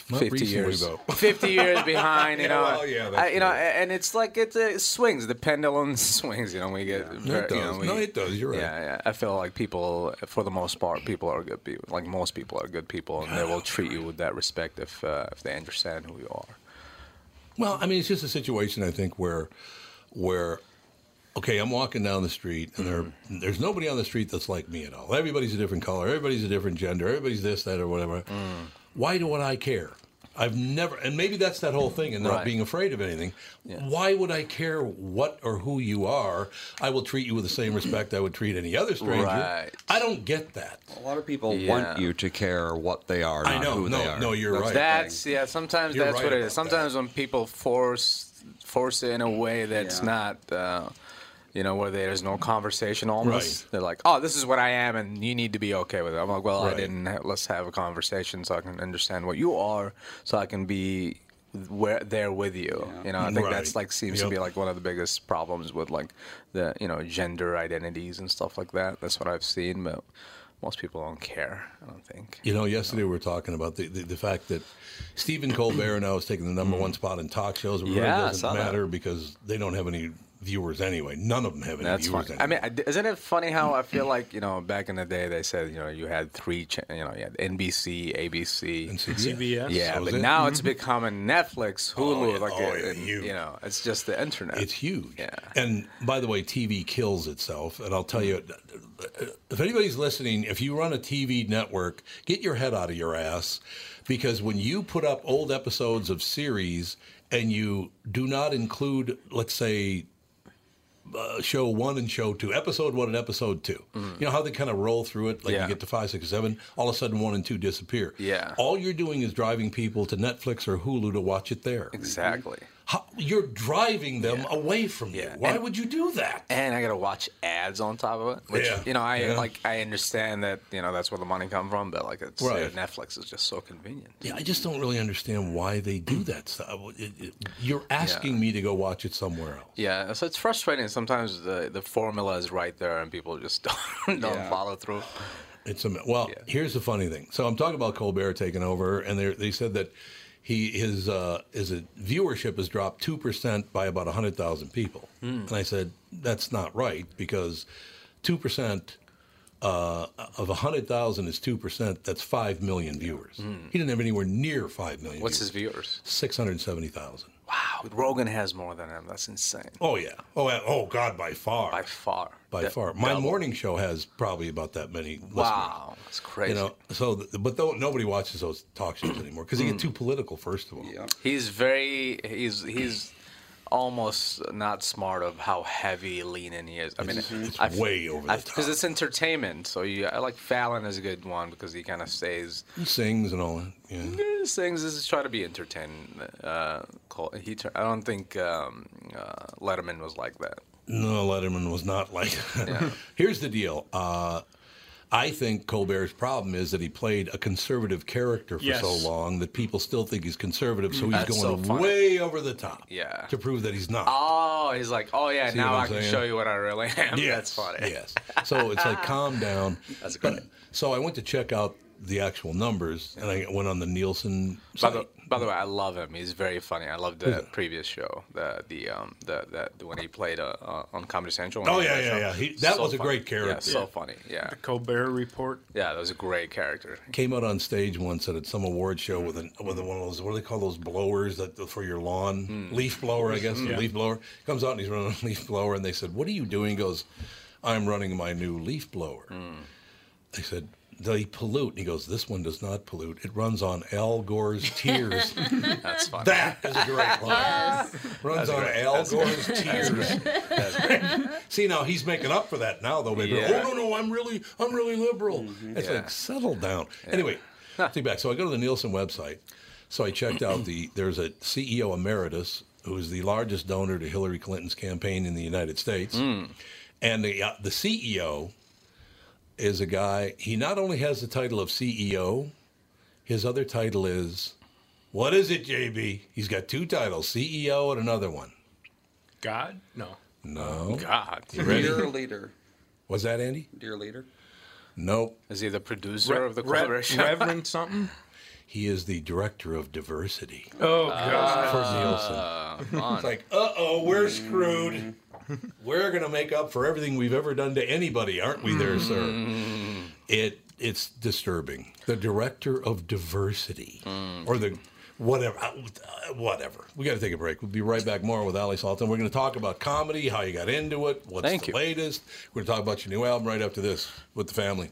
A: Not
B: 50
A: recently,
B: years
A: though.
B: 50 years behind, you know.
A: well, yeah, that's
B: I- you know,
A: true.
B: and it's like it, it swings, the pendulum swings, you know, we get
A: No,
B: very-
A: it
B: you know,
A: does.
B: we-
A: no, it does. You're right.
B: Yeah, yeah. I feel like people, for the most part, people are good people. Like most people are good people, and they will treat you with that respect if uh, if they understand who you are.
A: Well, I mean, it's just a situation I think where, where, okay, I'm walking down the street and there,
B: Mm-hmm.
A: there's nobody on the street that's like me at all. Everybody's a different color. Everybody's a different gender. Everybody's this, that, or whatever.
B: Mm.
A: Why do I care? I've never, and maybe that's that whole thing, and not
B: Right.
A: being afraid of anything. Why would I care what or who you are? I will treat you with the same respect I would treat any other stranger.
B: Right.
A: I don't get that.
D: A lot of people
B: Yeah.
D: want you to care what they are, not
A: I know.
D: who
A: No,
D: they are.
A: no, you're right.
B: That's yeah. Sometimes
A: You're
B: that's
A: right
B: what it
A: about
B: is. Sometimes when people force force it in a way that's not, uh, you know, where there's no conversation almost.
A: Right.
B: They're like, oh, this is what I am, and you need to be okay with it. I'm like, well,
A: Right.
B: I didn't. Ha- let's have a conversation so I can understand what you are, so I can be where there with you. You know, I think that's
A: Right.
B: like seems
A: Yep.
B: to be like one of the biggest problems with like the you know gender identities and stuff like that. That's what I've seen, but. Most people don't care, I don't think.
A: You know, yesterday we were talking about the, the, the fact that Stephen Colbert now is taking the number one spot in talk shows. It really
B: Mm. Yeah, I
A: doesn't
B: saw that.
A: matter because they don't have any viewers anyway. None of them have any
B: That's
A: viewers
B: funny. I
A: anymore.
B: mean, I- isn't it funny how I feel like you know back in the day they said you know you had three cha- you know you had NBC, ABC,
A: And CBS.
F: CBS.
B: yeah,
A: That was
B: but
A: it.
B: now it's becoming Netflix, Hulu,
A: yeah.
B: like
A: Oh,
B: it-
A: yeah,
B: and,
A: huge.
B: you know it's just the internet.
A: It's huge.
B: Yeah.
A: And by the way, TV kills itself. And I'll tell you, uh, if anybody's listening, if you run a TV network, get your head out of your ass because when you put up old episodes of series and you do not include, let's say, uh, show one and show two, episode one and episode two. You know how they kind of roll through it, like you
B: Mm-hmm. Yeah.
A: get to five, six, seven, all of a sudden one and two disappear.
B: Yeah.
A: All you're doing is driving people to Netflix or Hulu to watch it there.
B: exactly.
A: How, you're driving them away from you.
B: Yeah.
A: Why
B: And-
A: would you do that?
B: And I gotta watch ads on top of it, which
A: Yeah.
B: you know I
A: Yeah.
B: like. I understand that you know that's where the money come from, but like it's, uh,
A: Right.
B: Netflix is just so convenient.
A: Yeah, I just don't really understand why they
B: Mm.
A: do that stuff. It- it- you're asking me to go watch it somewhere else.
B: Yeah, so it's frustrating. Sometimes the the formula is right there, and people just don't don't follow through.
A: It's a well. Here's the funny thing. So I'm talking about Colbert taking over, and they they said that he his uh, his viewership has dropped two percent by about hundred thousand people,
B: Hmm.
A: and I said that's not right because two percent. Uh, of 100,000 is 2%, that's 5 million viewers. He didn't have anywhere near 5 million.
B: Hmm. What's
A: viewers.
B: his viewers?
A: 670,000.
B: Wow, Rogan has more than him. That's insane.
A: Oh yeah. Oh uh, oh God, by far.
B: By far.
A: By
B: D-
A: far. My
B: double.
A: morning show has probably about that many listeners.
B: Wow, that's crazy.
A: You know, so th- but though nobody watches those talk shows anymore because they
B: Mm.
A: get too political. First of all,
B: he's very he's he's almost not smart of how heavy lean in he is. I mean,
A: it's way over the top.
B: because it's entertainment. So you, I like Fallon is a good one because he kind of stays.
A: he sings and all that. Yeah.
B: His things is try to be entertaining. Uh, call- he, tur- I don't think um, uh, Letterman was like that.
A: No, Letterman was not like that. Here's the deal. Uh, I think Colbert's problem is that he played a conservative character for
F: Yes.
A: so long that people still think he's conservative, so he's
B: That's so
A: going
B: funny.
A: way over the top.
B: Yeah.
A: To prove that he's not.
B: Oh, he's like, oh yeah,
A: See
B: now
A: what
B: I
A: I'm
B: can
A: saying?
B: show you what I really am.
A: Yes,
B: That's funny.
A: Yes. So it's like calm down.
B: That's
A: But-
B: great.
A: so I went to check out the actual numbers, and I went on the Nielsen
B: By
A: site.
B: the, by the way, I love him. He's very funny. I loved the previous show, the the um the, the, the when he played uh, uh, on Comedy Central.
A: Oh,
B: He
A: yeah,
B: played
A: yeah,
B: show.
A: yeah. He- that was a
B: funny.
A: great character.
B: Yeah, so funny. Yeah,
F: Colbert Report.
B: yeah, that was a great character.
A: Came out on stage once at some award show with an,
B: Mm.
A: with one of those what do they call those blowers that for your lawn leaf blower I guess
F: Yeah.
A: leaf blower comes out and he's running a leaf blower
B: Mm.
A: and they said what are you doing he goes I'm running my new leaf blower they said they pollute. And he goes, This one does not pollute. It runs on Al Gore's tears.
B: That's fun.
A: that is a great line. Runs on Al Gore's tears. See now he's making up for that now though. Maybe
B: Yeah.
A: oh no no I'm really I'm really liberal. It's like settle down. Anyway, see back. So I go to the Nielsen website. So I checked out the there's a CEO emeritus who is the largest donor to Hillary Clinton's campaign in the United States, and the uh, the CEO is a guy. He not only has the title of CEO, his other title is what is it, JB? He's got two titles, CEO and another one.
F: God? No.
A: No.
B: God.
D: Dear leader.
A: Was that Andy?
D: Dear leader.
A: Nope.
B: Is he the producer of the
F: Re-
B: collaboration?
F: Reverend something?
A: He is the director of diversity
F: Oh, God.
A: for Nielsen. It's like, uh oh, we're screwed. we're gonna make up for everything we've ever done to anybody, aren't we, there, sir? It it's disturbing. The director of diversity, or the whatever, uh, whatever. We got to take a break. We'll be right back. More with Ali Salton. We're going to talk about comedy, how you got into it, what's
B: Thank
A: the
B: you.
A: latest. We're going to talk about your new album right after this with the family.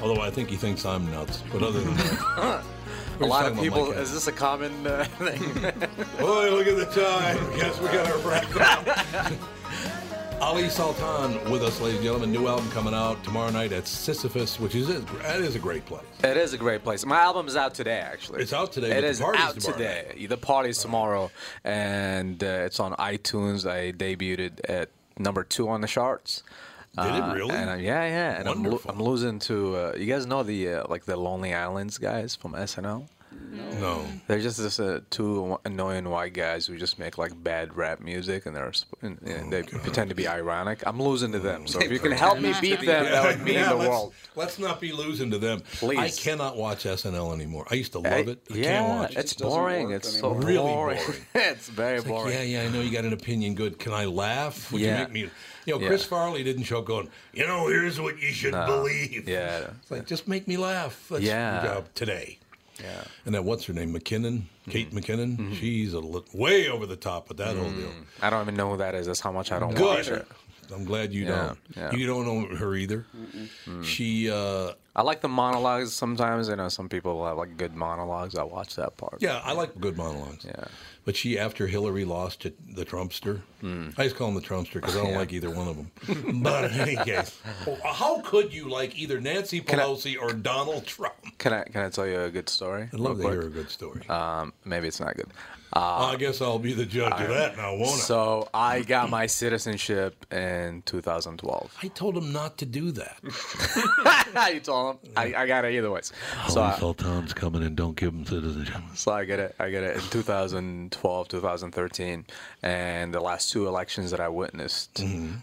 A: Although I think he thinks I'm nuts, but other than that,
B: a lot of people. Is this a common uh, thing?
A: Boy, look at the time. Guess we got our break now. Ali Sultan with us, ladies and gentlemen. New album coming out tomorrow night at Sisyphus, which is that is a great place.
B: It is a great place. My album is out today, actually.
A: It's out today, but
B: It
A: the
B: is
A: party's
B: out
A: tomorrow
B: today. The party's tomorrow, and uh, it's on iTunes. I debuted at number two on the charts.
A: Did it
B: Uh,
A: really?
B: And I'm, yeah, yeah. And I'm, lo-
A: Wonderful.
B: I'm losing to uh, you guys know the uh, like the Lonely Islands guys from SNL.
A: No.
B: They're just this, uh, two annoying white guys who just make like bad rap music, and they're sp- and, and they pretend to be ironic. I'm losing to them, so if you can help me beat them, that would mean
A: Yeah,
B: the
A: let's,
B: world.
A: let's not be losing to them.
B: Please.
A: I cannot watch SNL anymore. I used to love it. I
B: yeah,
A: can't watch
B: it's
A: it.
B: boring.
D: work
B: It's so
A: anymore. Really
B: boring.
A: boring.
B: it's very
A: It's like,
B: boring.
A: yeah, yeah, I know you got an opinion. Good. Can I laugh? Would
B: Yeah.
A: you make me? You know,
B: Yeah.
A: Chris Farley didn't show up going, you know, here's what you should believe.
B: yeah.
A: It's like, just make me laugh. That's
B: Yeah.
A: your job today. Uh, Yeah. Mm-hmm. And that, what's her name? McKinnon? Kate McKinnon? She's a li- way over the top with that whole deal.
B: I don't even know who that is. That's how much I don't watch
A: Good.
B: it.
A: I'm glad you
B: Yeah,
A: don't.
B: yeah.
A: You don't know her either. She, uh,
B: I like the monologues sometimes. I know some people have like good monologues. I watch that part.
A: yeah, I like good monologues.
B: Yeah.
A: But she, after Hillary lost to the Trumpster, I just call him the Trumpster because I don't like either one of them. but in any case, well, how could you like either Nancy
B: I-
A: Pelosi or Donald Trump?
B: Can I can I tell you a good story?
A: I'd love to
B: real quick?
A: hear a good story.
B: Um, maybe it's not good.
A: I guess I'll be the judge of that now, won't I?
B: So I got my citizenship in 2012.
A: I told him not to do that.
B: you told him I, I got it either ways. So I,
A: Sultan's coming and don't give him citizenship.
B: so I get it. I get it in 2012, 2013, and the last two elections that I witnessed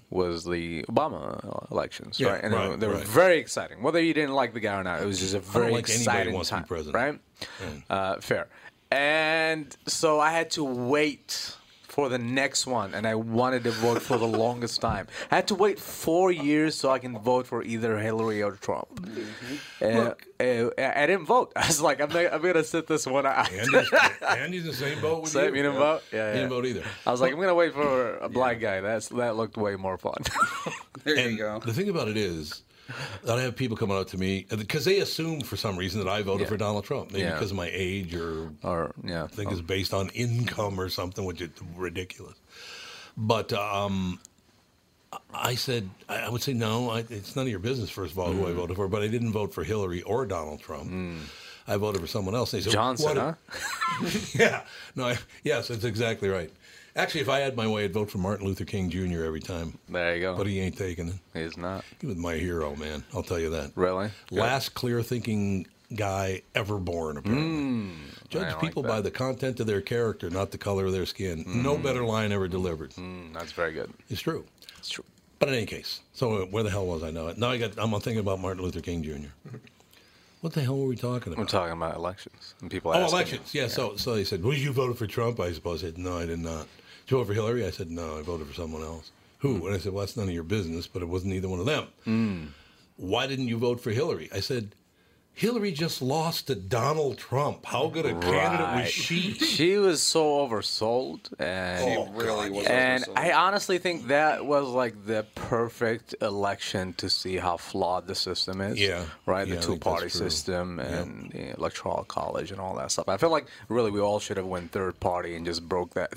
B: was the Obama elections.
A: Mm-hmm. Yeah,
B: right, and they
A: right,
B: were- they were
A: right.
B: very exciting. Whether you didn't like the guy or not, it was just a
A: don't
B: very
A: like anybody
B: exciting
A: wants to be
B: time,
A: president. Mm.
B: right? Uh, fair. And so I had to wait for the next one, and I wanted to vote for the longest time. I had to wait four years so I can vote for either Hillary or Trump.
A: Mm-hmm.
B: Uh, uh, I I didn't vote. I was like, I'm, not, I'm gonna sit this one out.
A: Andy's, Andy's in the same boat with
B: Same,
A: you.
B: you didn't vote? Yeah,
A: He didn't
B: yeah.
A: vote either.
B: I was like, I'm gonna wait for a black guy. That's that looked way more fun.
D: There
A: And
D: you go.
A: The thing about it is that I have people coming up to me because they assume for some reason that I voted
B: Yeah.
A: for Donald Trump, maybe
B: Yeah.
A: because of my age or
B: or yeah,
A: I think it's based on income or something, which is ridiculous. But um, I said, I I would say, no, I, it's none of your business, first of all, who I voted for, but I didn't vote for Hillary or Donald Trump. I voted for someone else. And they said,
B: Johnson,
A: what a-
B: huh?
A: yeah. No, I, yes, that's exactly right. Actually, if I had my way, I'd vote for Martin Luther King Jr. every time.
B: There you go.
A: But he ain't taking it.
B: He's not
A: He was my hero, man. I'll tell you that.
B: really.
A: Last clear thinking guy ever born, apparently.
B: I
A: Judge
B: like
A: people by
B: that.
A: the content of their character, not the color of their skin. No
B: Hmm.
A: better line ever delivered.
B: Mm, that's very good.
A: It's true.
B: It's true.
A: But in any case, so where the hell was I now? Now I got, I'm thinking about Martin Luther King Jr. What the hell were we talking
B: We're
A: about?
B: talking about elections and people.
A: Oh,
B: asking
A: elections. Yeah, So, so they said, "Well, you voted for Trump." I suppose I said, "No, I did not." Did you vote for Hillary? I said, "No, I voted for someone else."
B: Hmm.
A: Who? And I said, "Well, that's none of your business." But it wasn't either one of them. Why didn't you vote for Hillary? I said, "Hillary just lost to Donald Trump. How good a candidate
B: Right.
A: was she?"
B: She was so oversold, and
A: Oh,
D: really was
B: and
D: oversold.
B: I honestly think that was like the perfect election to see how flawed the system is.
A: Yeah.
B: right.
A: Yeah, I
B: the
A: think
B: two party
A: that's true.
B: system and the electoral college and all that stuff. I feel like really we all should have went third party and just broke that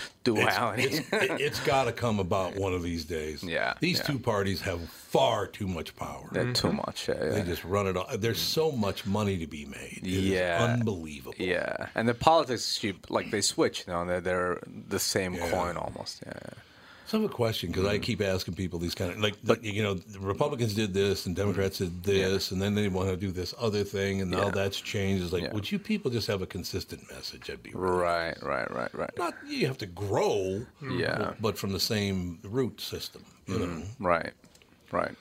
B: duality.
A: It's, it, it's got to come about one of these days.
B: Yeah,
A: These
B: yeah.
A: two parties have far too much power. Mm-hmm.
B: They're too much. Yeah,
A: They
B: yeah.
A: just run it all. There's so much money to be made. It is
B: Yeah.
A: unbelievable.
B: Yeah, and the politics, she, like they switch. You know, they're, they're the same
A: Yeah.
B: coin almost. Yeah, Mm-hmm. yeah.
A: So I have a question because I keep asking people these kind of like you know the Republicans did this and Democrats did this and then they want to do this other thing and now
B: Yeah.
A: that's changed. It's like
B: Yeah.
A: would you people just have a consistent message? I'd be
B: right, right, right, right.
A: not you have to grow,
B: Yeah.
A: Mm-hmm.
B: Mm-hmm.
A: but from the same root system. You know
B: Right, right.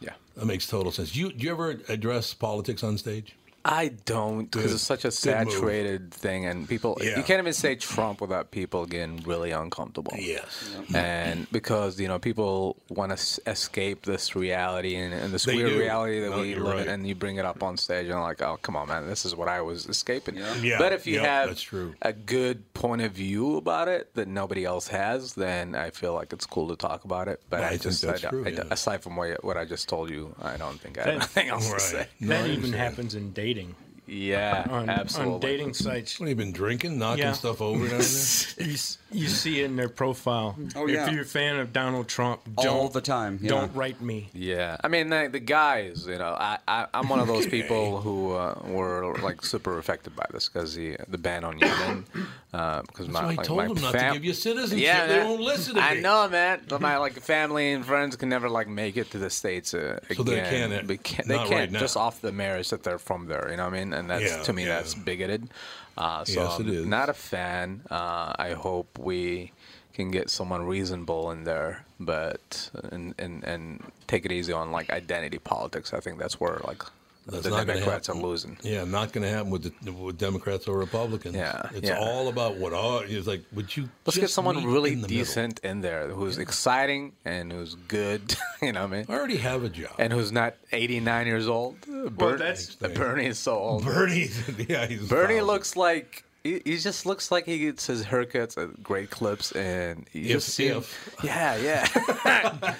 B: Yeah.
A: that makes total sense. You do you ever address politics on stage?
B: I don't because it's such a
A: Good move.
B: saturated thing, and people
A: Yeah.
B: you can't even say Trump without people getting really uncomfortable.
A: Yes,
B: and because you know people want to s- escape this reality and, and this
A: They
B: weird
A: do.
B: reality that
A: No,
B: we
A: you're
B: live
A: right.
B: in, and you bring it up on stage and like, oh come on, man, this is what I was escaping.
A: Yeah,
B: But if you
A: yeah,
B: have
A: that's true.
B: a good point of view about it that nobody else has, then I feel like it's cool to talk about it. But
A: I
B: I,
A: think
B: just
A: that's
B: I don't,
A: true,
B: I don't-
A: yeah.
B: aside from what, what I just told you, I don't think I have
F: Then-
B: anything else
A: right.
B: to say.
A: No, I
F: that even
A: understand.
F: happens in dating.
B: Yeah,
F: On,
B: absolutely.
F: on dating sites,
A: What have you been drinking, knocking
F: Yeah.
A: stuff over down there?
F: you, s- you see in their profile.
D: Oh,
F: if
D: yeah.
F: you're a fan of Donald Trump,
D: All
F: don't,
D: the time, yeah.
F: Don't write me.
B: Yeah, I mean the, the guys, you know, I, I I'm one of those people who uh, were like super affected by this because the the ban on Yemen, because
A: So
B: my
A: I
B: like,
A: told
B: my
A: them not to
B: fam-
A: give you citizenship.
B: Yeah,
A: they
B: man.
A: won't listen to
B: I
A: me.
B: know, man. But my like family and friends can never like make it to the states uh, again.
A: So they can't, uh,
B: They can't. They
A: not
B: can't
A: right now.
B: just off the merits that they're from there. You know what I mean? And that's
A: Yeah,
B: to me
A: yeah.
B: that's bigoted. Uh, so
A: Yes, it
B: I'm
A: is.
B: Not a fan. Uh, I hope we can get someone reasonable in there, but and and and take it easy on like identity politics. I think that's where like
A: That's
B: the
A: not gonna
B: Democrats are
A: happen.
B: losing.
A: Yeah, not going to happen with, the, with Democrats or Republicans.
B: Yeah,
A: it's
B: yeah.
A: all about what. All, it's like, would you?
B: Let's
A: just
B: get someone
A: meet
B: really
A: in the middle?
B: decent in there who's exciting and who's good. you know what I mean?
A: I already have a job.
B: and who's not 89 years old. Bern-
F: that's-
B: Bernie is so old.
A: Bernie, yeah, he's a
B: Bernie
A: thousand.
B: looks like he, he just looks like he gets his haircuts at great clips, and you
A: If-
B: just see him.
A: if.
B: Yeah, yeah.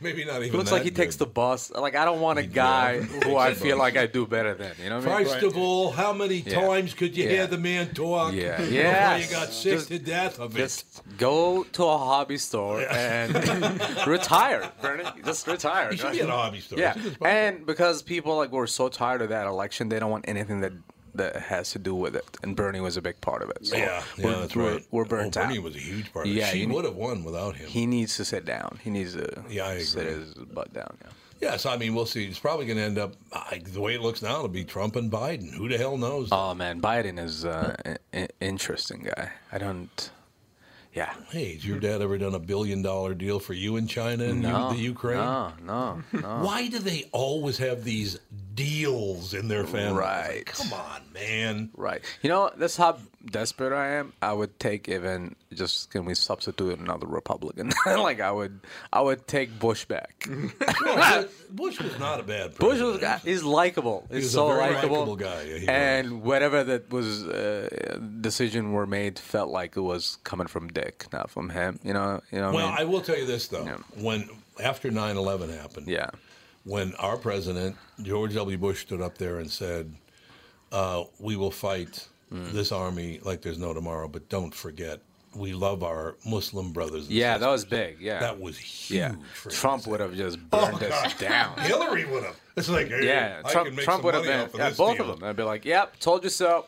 A: maybe not even.
B: looks like
A: that
B: he takes the
A: good.
B: bus. Like I don't want a
A: Yeah.
B: guy who I
A: Takes the
B: feel
A: bus.
B: like I do better than. You know what I mean?
A: First of all, how many times could you
B: Yeah.
A: hear the man talk
B: Yeah.
A: before
B: Yes.
A: you got sick
B: Just-
A: to death of it?
B: Just go to a hobby store and retire, Bernie. Just retire.
A: He should be at a hobby store.
B: Yeah,
A: He should just-
B: and because people like were so tired of that election, they don't want anything that that has to do with it, and Bernie was a big part of it. So
A: Yeah, Oh, yeah,
B: we're,
A: that's
B: we're-
A: right.
B: We're burnt
A: oh, Bernie
B: out.
A: was a huge part. Of yeah,
B: Yeah,
A: it. she
B: you-
A: would have won without him.
B: he needs to sit down. He needs to
A: Yeah, I
B: sit
A: agree.
B: his butt down. Yeah.
A: Yes, I mean we'll see. It's probably going to end up I, the way it looks now. It'll be Trump and Biden. Who the hell knows?
B: Oh man, Biden is uh, an an interesting guy. I don't. Yeah.
A: hey, has your dad ever done a billion dollar deal for you in China and
B: No,
A: you, the Ukraine?
B: No, no, no.
A: Why do they always have these deals in their family?
B: Right.
A: Come on, man.
B: Right. You know, that's how desperate I am. I would take even just can we substitute another Republican? like I would, I would take Bush back.
A: Mm-hmm. Well, Bush was not a bad
B: Bush
A: president.
B: was guy. He's likable. He's
A: was a
B: so
A: very likable
B: likable
A: guy, yeah, he
B: and whatever that was uh, decision were made felt like it was coming from Dick, not from him. You know. You know. what
A: Well,
B: I mean?
A: I will tell you this though. When after 9/11 happened,
B: yeah.
A: when our president George W. Bush stood up there and said, uh, "We will fight
B: Mm.
A: this army like there's no tomorrow, but don't forget we love our Muslim brothers." And
B: Yeah, that
A: sisters."
B: was big. Yeah.
A: that was huge.
B: Yeah.
A: for him Oh,
B: Trump
A: to say.
B: would have just burned us down.
A: Hillary would have. It's like hey,
B: Yeah,
A: I
B: Trump,
A: can make
B: Trump
A: some
B: would have
A: money
B: been
A: off of
B: yeah,
A: this
B: both
A: deal.
B: of them. I'd be like, "Yep, told you so."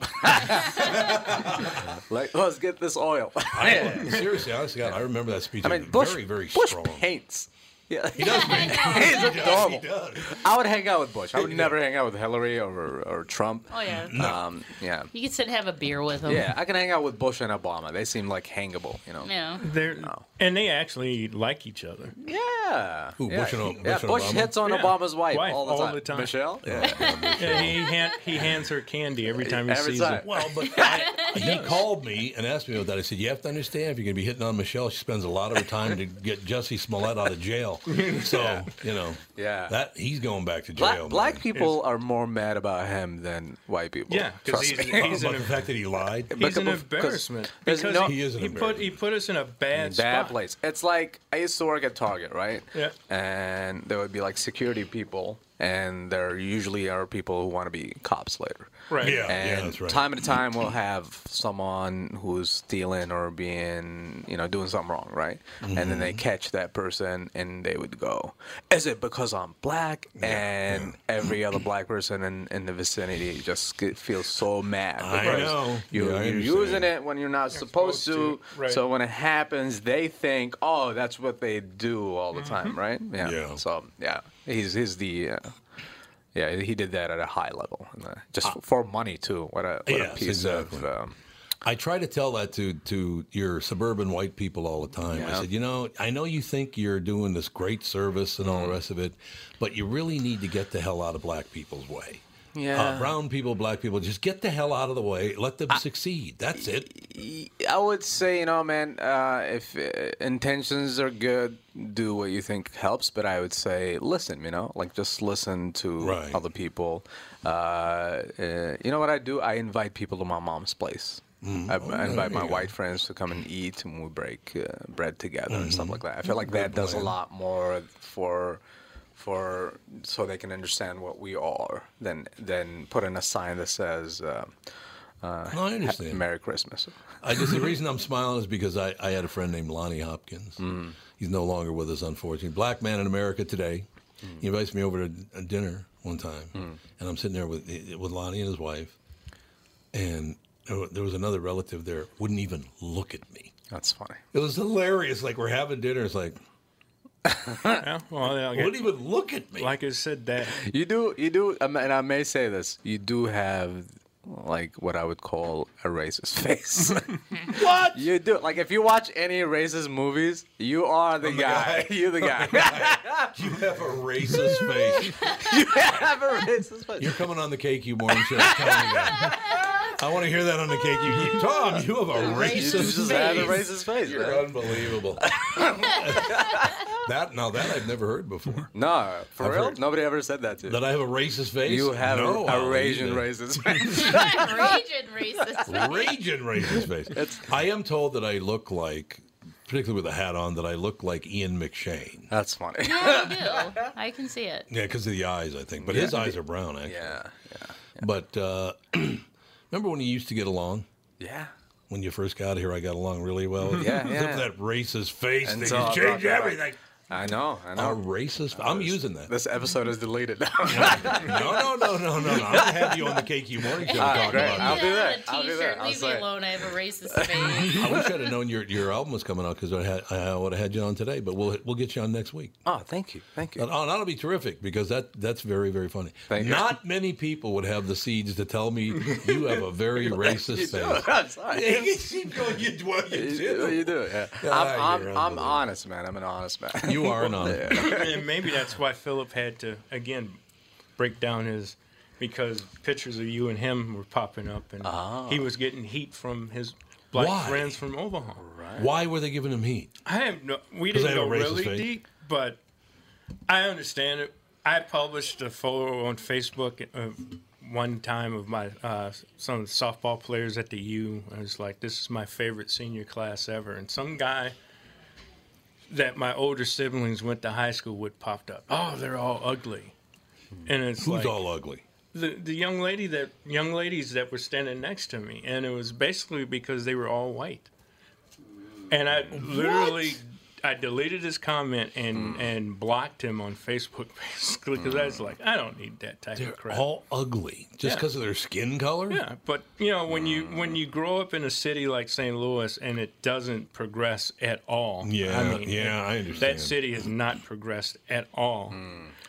B: like, let's get this oil.
A: I, Seriously, honestly, God, I remember that speech.
B: I mean, Bush,
A: very, very
B: Bush
A: strong.
B: paints. Yeah,
A: He does paint.
B: he's
A: He does, he
B: adorable.
A: does.
B: I would hang out with Bush. I would never hang out with Hillary or or Trump.
E: Oh yeah.
B: Um, yeah,
E: You could sit and have a beer with them.
A: Um,
B: yeah. I can hang out with Bush and Obama. They seem like hangable. You know.
E: You know.
F: They're, And they actually like each other.
B: Yeah.
A: Who,
B: yeah.
A: Bush and O-
B: yeah,
A: Bush and Obama?
B: hits on
F: Yeah.
B: Obama's wife,
F: Wife,
B: all, the, time. Michelle.
F: Yeah, he, hand, he hands her candy every time he
B: Every
F: sees
B: time.
F: her.
A: Well, but I, he called me and asked me about that. I said, "You have to understand if you're going to be hitting on Michelle, she spends a lot of her time to get Jesse Smollett out of jail. So you know,
B: Yeah.
A: that he's going back to
B: Black,
A: jail.
B: black
A: man.
B: people are more mad about him than white people.
F: Yeah, because
B: Trust
F: he's,
B: me.
F: he's
A: But
F: an
A: the fact that he lied.
F: He's an
B: Because-
F: embarrassment
B: because
F: because
B: no-
F: he,
A: He is an
F: he put he
A: embarrassment.
F: put us in a bad,
B: bad
F: spot.
B: place. It's like I used to work at Target, right?
F: Yeah.
B: And there would be like security people, and there usually are people who want to be cops later.
F: Right.
A: Yeah, yeah,
B: And
A: that's right.
B: time to time, we'll have someone who's stealing or being, you know, doing something wrong, right? And then they
A: Mm-hmm.
B: catch that person, and they would go, "Is it because I'm black?" and every other black person in, in the vicinity just get, feels so mad.
A: I
B: because
A: know. Yeah,
B: You're,
A: I
B: you're
A: understand.
B: using it when you're not supposed, to.
F: supposed to, right.
B: So when it happens, they think, "Oh, that's what they do all the
F: Mm-hmm.
B: time, right?" Yeah.
A: Yeah.
B: So yeah, he's he's the uh, yeah he did that at a high level, and, uh, just for money too. What a what
A: Ah. Yes,
B: a piece
A: exactly.
B: of um,
A: I try to tell that to to your suburban white people all the time. I
B: Yeah.
A: said, you know, I know you think you're doing this great service and all
B: Mm-hmm.
A: the rest of it, but you really need to get the hell out of black people's way.
B: Yeah.
A: Uh, brown people, black people, just get the hell out of the way. Let them succeed. That's it.
B: I would say, you know, man, uh, if uh, intentions are good, do what you think helps. But I would say, listen, you know, like just listen to
A: Right.
B: other people. Uh, uh, you know what I do? I invite people to my mom's place. I, I invite my white friends to come and eat, and we break uh, bread together and stuff like that. I feel like that does a lot more for. For so they can understand what we are, than than putting a sign that says uh,
A: No, I understand.
B: "Merry Christmas."
A: I just the reason I'm smiling is because I, I had a friend named Lonnie Hopkins.
B: Mm.
A: He's no longer with us, unfortunately. Black man in America today.
B: Mm.
A: He invites me over to a dinner one time, and I'm sitting there with with Lonnie and his wife, and there wa- there was another relative there wouldn't even look at me.
B: That's funny.
A: It was hilarious. Like we're having dinner, it's like
F: Yeah, well, they'll get-
A: wouldn't even look at me.
F: like I said, that
B: You do, you do, um, and I may say this: you do have like what I would call a racist face. what you do? Like if you watch any racist movies, you are the,
A: the
B: guy.
A: guy.
B: You're the guy.
A: you have a racist face.
B: you have a racist face.
A: You're coming on the KQ morning show. Tell me that. I want to hear that on the KQ. Tom, you have a
B: You
A: racist
B: just
A: face.
B: have a racist face.
A: You're
B: man.
A: unbelievable. that now that I've never heard before.
B: No, for
A: I've
B: real,
A: heard-
B: nobody ever said that to you.
A: That I have a racist face.
B: You have
A: no, I
B: a,
A: don't
B: a raging
A: either.
B: racist face.
E: Raging racist.
A: Raging racist face. I am told that I look like, particularly with a hat on, that I look like Ian McShane.
B: That's funny.
E: Yeah, you do. I can see it.
A: Yeah, because of the eyes, I think. But his eyes are brown, actually.
B: Yeah,
A: But uh, remember when you used to get along?
B: yeah.
A: When you first got here, I got along really well.
B: Yeah,
A: Except
B: yeah.
A: for that racist face
B: And
A: thing.
B: so
A: you
B: I
A: changed
B: brought that up. Oh.
A: everything.
B: I know. I know.
A: Our racist. I'm using that.
B: This episode is deleted.
A: No, no, no, no, no, no. I'm gonna have you on the KQ morning show
B: right,
A: talking
B: Ah, great.
A: about
B: I'll
A: it.
B: do
E: I have
B: that.
E: a
B: I'll do
E: t-shirt.
B: that. I'll
E: Leave
B: say
E: me
B: it.
E: alone. I have a racist face.
A: I wish I'd have known your, your album was coming out because I, had- I would have had you on today. But we'll we'll get you on next week.
B: oh, thank you. Thank you.
A: And, oh, that'll be terrific because that that's very very funny.
B: Thank you.
A: Not many people would have the seeds to tell me you have a very racist face.
B: I'm sorry.
A: You go, you do what you
B: You,
A: do.
B: you do, yeah.
A: you're
B: I'm, I'm, I'm
A: unbelievable.
B: honest, man. I'm an honest man.
A: You are an honor.
F: and maybe that's why Philip had to again break down his because pictures of you and him were popping up, and
B: Ah.
F: he was getting heat from his black
A: Why?
F: friends from Omaha.
A: Why were they giving him heat?
F: I have no. We
A: 'Cause I
F: didn't
A: have
F: go
A: a racist
F: really
A: face.
F: deep, but I understand it. I published a photo on Facebook uh, one time of my uh, some of the softball players at the U. I was like, "This is my favorite senior class ever," and some guy that my older siblings went to high school with popped up. Oh, they're all ugly, and it's
A: Who's
F: like
A: all ugly?
F: the the young lady that young ladies that were standing next to me, and it was basically because they were all white. And I literally I deleted his comment
A: Hmm.
F: and and blocked him on Facebook basically because I was like, I don't need that type
A: They're
F: of crap.
A: all ugly just
F: Yeah.
A: because of their skin color. Hmm.
F: yeah, but you know when you when you grow up in a city like St. Louis and it doesn't progress at all.
A: Yeah, yeah, I understand. Hmm.
F: That city has not progressed at all.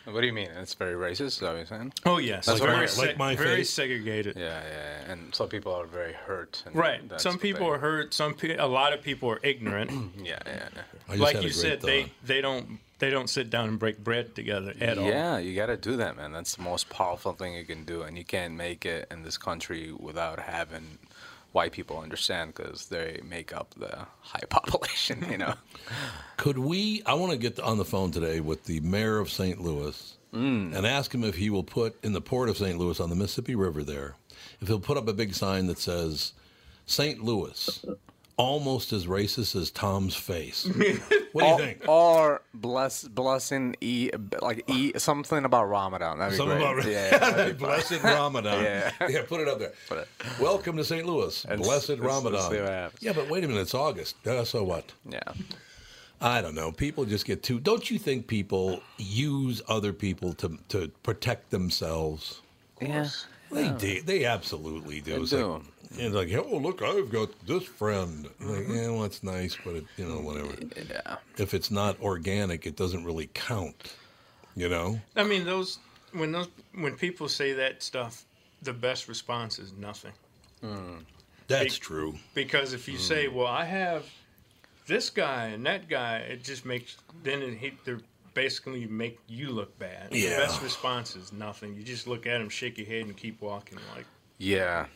B: What do you mean? It's very racist, is that what you're saying?
F: Oh yes,
B: Like
F: very
B: my-
F: se-
A: like my
F: very
A: face?
F: segregated.
B: Yeah, yeah, yeah. And some people are very hurt. And
F: Right.
B: that's
F: Some
B: what
F: people
B: they-
F: are hurt. Some pe- a lot of people are ignorant.
B: Yeah, yeah, yeah.
A: I just
F: like
A: had a
F: you
A: great
F: said, they
A: thought.
F: they don't they don't sit down and break bread together at
A: Oh.
F: all.
B: Yeah, you gotta do that, man. That's the most powerful thing you can do, and you can't make it in this country without having white people understand because they make up the high population. You know,
A: Could we? I want to get on the phone today with the mayor of St. Louis and ask him if he will put in the port of St. Louis on the Mississippi River there, if he'll put up a big sign that says, St. Louis, almost as racist as Tom's face. what do you think?
B: or bless blessing e like e something about Ramadan. That'd be
A: Something
B: great.
A: about
B: yeah, yeah, that'd be fun.
A: blessed Ramadan.
B: Yeah.
A: put it up there. Welcome to St. Louis, blessed
B: let's- let's
A: Ramadan.
B: see what happens.
A: yeah, but wait a minute, it's August. Uh, so what?
B: yeah.
A: I don't know. People just get too. Don't you think people use other people to to protect themselves?
B: Yeah.
A: They do. They absolutely do.
B: They
A: it's
B: do.
A: Like, it's like, oh look, I've got this friend. Like, yeah, well, it's nice, but it, you know, whatever.
B: Mm-hmm. Yeah.
A: If it's not organic, it doesn't really count. You know,
F: I mean those when those when people say that stuff, the best response is nothing.
A: that's
F: Big-
A: true.
F: Because if you
A: Mm.
F: say, "Well, I have this guy and that guy," it just makes then it hit they're basically make you look bad.
A: Yeah.
F: The best response is nothing. You just look at him, shake your head, and keep walking. Like
B: Yeah.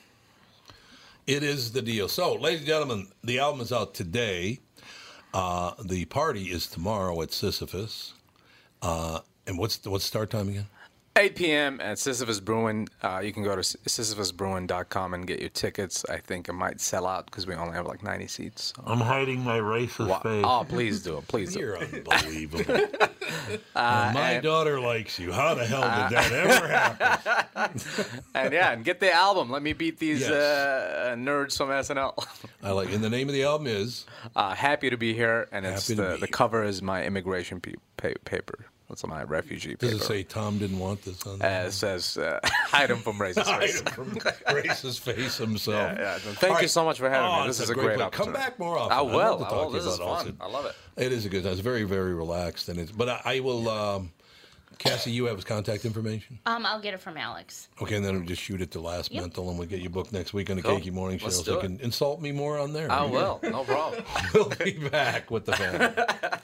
A: It is the deal. So, ladies and gentlemen, the album is out today. Uh, the party is tomorrow at Sisyphus. Uh, and what's the, what's start time again?
B: 8 p.m. at Sisyphus Brewing. Uh, you can go to Sis- sisyphusbrewing.com and get your tickets. I think it might sell out because we only have like 90 seats. So.
A: I'm hiding my racist
B: Wa- Oh, please do. Please do.
A: You're unbelievable.
B: Uh,
A: Now, my
B: eh.
A: daughter likes you. How the hell did that ever happen?
B: And yeah, and get the album. Let me beat these
A: Yes.
B: uh, nerds from SNL.
A: I like. And the name of the album is
B: Uh, happy to be here. And it's
A: Happy to
B: the,
A: be
B: the
A: here.
B: cover is my immigration pe- pa- paper. That's my refugee
A: Does
B: paper.
A: it say Tom didn't want this on?
B: uh, it says uh, hide 'em from racist. race.
A: from racist face himself. Oh,
B: yeah. Thank you so much for having me. This
A: it's
B: is a great
A: pleasure. Come
B: opportunity.
A: back more often.
B: I
A: I'd love
B: will.
A: to
B: I
A: talk
B: will.
A: to you
B: This is
A: about
B: fun.
A: Austin.
B: I love it.
A: It is a good time. It's very, very relaxed, and it's. But I, I will. Um, Cassie, you have his contact information.
E: Um, I'll get it from Alex.
A: Okay, and then we'll just shoot it to last
E: Yep.
A: mental, and we'll get you booked next week on the
B: Cool.
A: Cakey Morning Show.
B: Let's
A: so
B: do
A: you
B: it.
A: can insult me more on there.
B: I will. No problem.
A: we'll be back with the family.